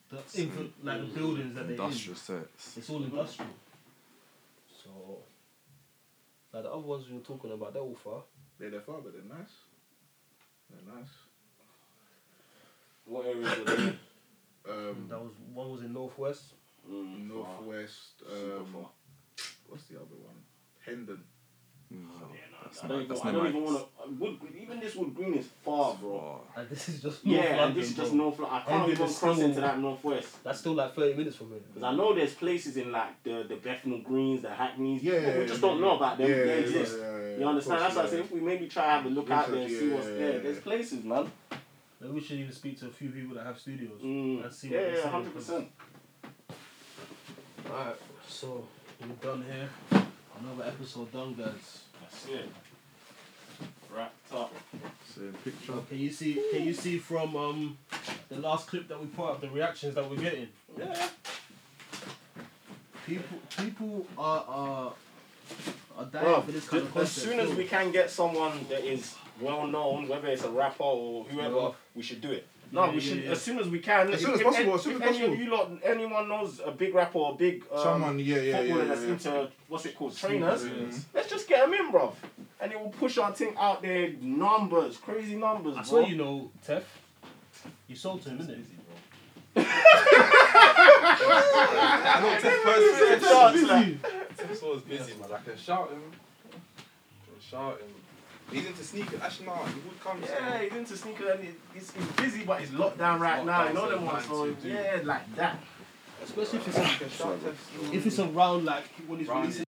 Speaker 5: the infra- like the buildings that they're in.
Speaker 2: Industrial sets.
Speaker 5: It's all industrial. So, like the other ones we were talking about, they're all far.
Speaker 4: They're there far, but they're nice. They're nice.
Speaker 3: What areas
Speaker 4: <coughs>
Speaker 3: are they? in?
Speaker 4: Um,
Speaker 5: That was one was in northwest. <laughs>
Speaker 3: Mm, far.
Speaker 4: northwest.
Speaker 3: Super
Speaker 4: Um,
Speaker 3: far.
Speaker 4: what's the other one? Hendon.
Speaker 2: No, that's
Speaker 3: I don't
Speaker 2: not.
Speaker 3: even,
Speaker 2: That's
Speaker 3: I
Speaker 2: not
Speaker 3: don't
Speaker 2: right.
Speaker 3: even want to. Wood, Green- even this Wood Green is far, bro.
Speaker 2: Oh,
Speaker 5: And this is just North
Speaker 3: Yeah, and
Speaker 5: London,
Speaker 3: this is just
Speaker 5: bro.
Speaker 3: North. Lon- I can't
Speaker 5: Hendon
Speaker 3: even
Speaker 5: is
Speaker 3: cross
Speaker 5: still-
Speaker 3: into that northwest.
Speaker 5: That's still like 30 minutes from here.
Speaker 3: Because I know there's places in like the, the Bethnal Greens, the Hackneys,
Speaker 4: Yeah, yeah,
Speaker 3: we
Speaker 4: yeah,
Speaker 3: just
Speaker 4: yeah,
Speaker 3: don't know about them.
Speaker 4: yeah,
Speaker 3: they
Speaker 4: yeah,
Speaker 3: exist.
Speaker 4: yeah, yeah, yeah,
Speaker 3: you
Speaker 4: of
Speaker 3: understand?
Speaker 4: course,
Speaker 3: That's why I say
Speaker 4: yeah.
Speaker 3: if we maybe try and have a look out there and
Speaker 4: Research,
Speaker 3: see
Speaker 4: yeah,
Speaker 3: what's
Speaker 4: yeah,
Speaker 3: there.
Speaker 4: yeah.
Speaker 3: There's places, man.
Speaker 5: Maybe we should even speak to a few people that have studios
Speaker 3: Mm.
Speaker 5: and see
Speaker 3: Yeah,
Speaker 5: what they
Speaker 3: yeah,
Speaker 5: say.
Speaker 3: hundred percent.
Speaker 5: Alright, so we're done here. Another episode done, guys.
Speaker 3: That's it. Wrapped up.
Speaker 2: same picture.
Speaker 5: So can you see? Can you see from um the last clip that we put up the reactions that we're getting?
Speaker 3: Yeah.
Speaker 5: People, people are are are dying
Speaker 3: Bro,
Speaker 5: for this
Speaker 3: ju-
Speaker 5: kind of
Speaker 3: as
Speaker 5: content.
Speaker 3: soon as we can get someone that is well known, whether it's a rapper or whoever,
Speaker 5: Yeah.
Speaker 3: we should do it. No,
Speaker 5: Yeah,
Speaker 3: we
Speaker 5: yeah,
Speaker 3: should
Speaker 5: yeah.
Speaker 3: as soon as we can.
Speaker 4: As soon as
Speaker 3: if-
Speaker 4: possible,
Speaker 3: If,
Speaker 4: as soon
Speaker 3: if
Speaker 4: as
Speaker 3: any of
Speaker 4: possible.
Speaker 3: you lot, anyone knows a big rapper or a big um,
Speaker 4: Someone, yeah, yeah, yeah,
Speaker 3: footballer
Speaker 4: yeah,
Speaker 3: that's
Speaker 4: yeah.
Speaker 3: into what's it called trainers.
Speaker 4: Mhm.
Speaker 3: Let's just get them in, bruv. And it will push our thing out there. Numbers, crazy numbers,
Speaker 5: I
Speaker 3: bro.
Speaker 5: saw you know, Tef. You sold to him, didn't
Speaker 3: <laughs>
Speaker 2: I know Tef first.
Speaker 3: Shots, like,
Speaker 2: Tef's always busy, man. I can shout him. I can shout him. He's into sneakers. Actually, no, he would come.
Speaker 3: yeah, he's into sneakers and it- it's, it's busy, but it's lockdown right now. You know them ones, so yeah, like that.
Speaker 5: Especially if it's
Speaker 2: Shout Tef.
Speaker 5: if it's around like when he's
Speaker 2: Around
Speaker 5: releasing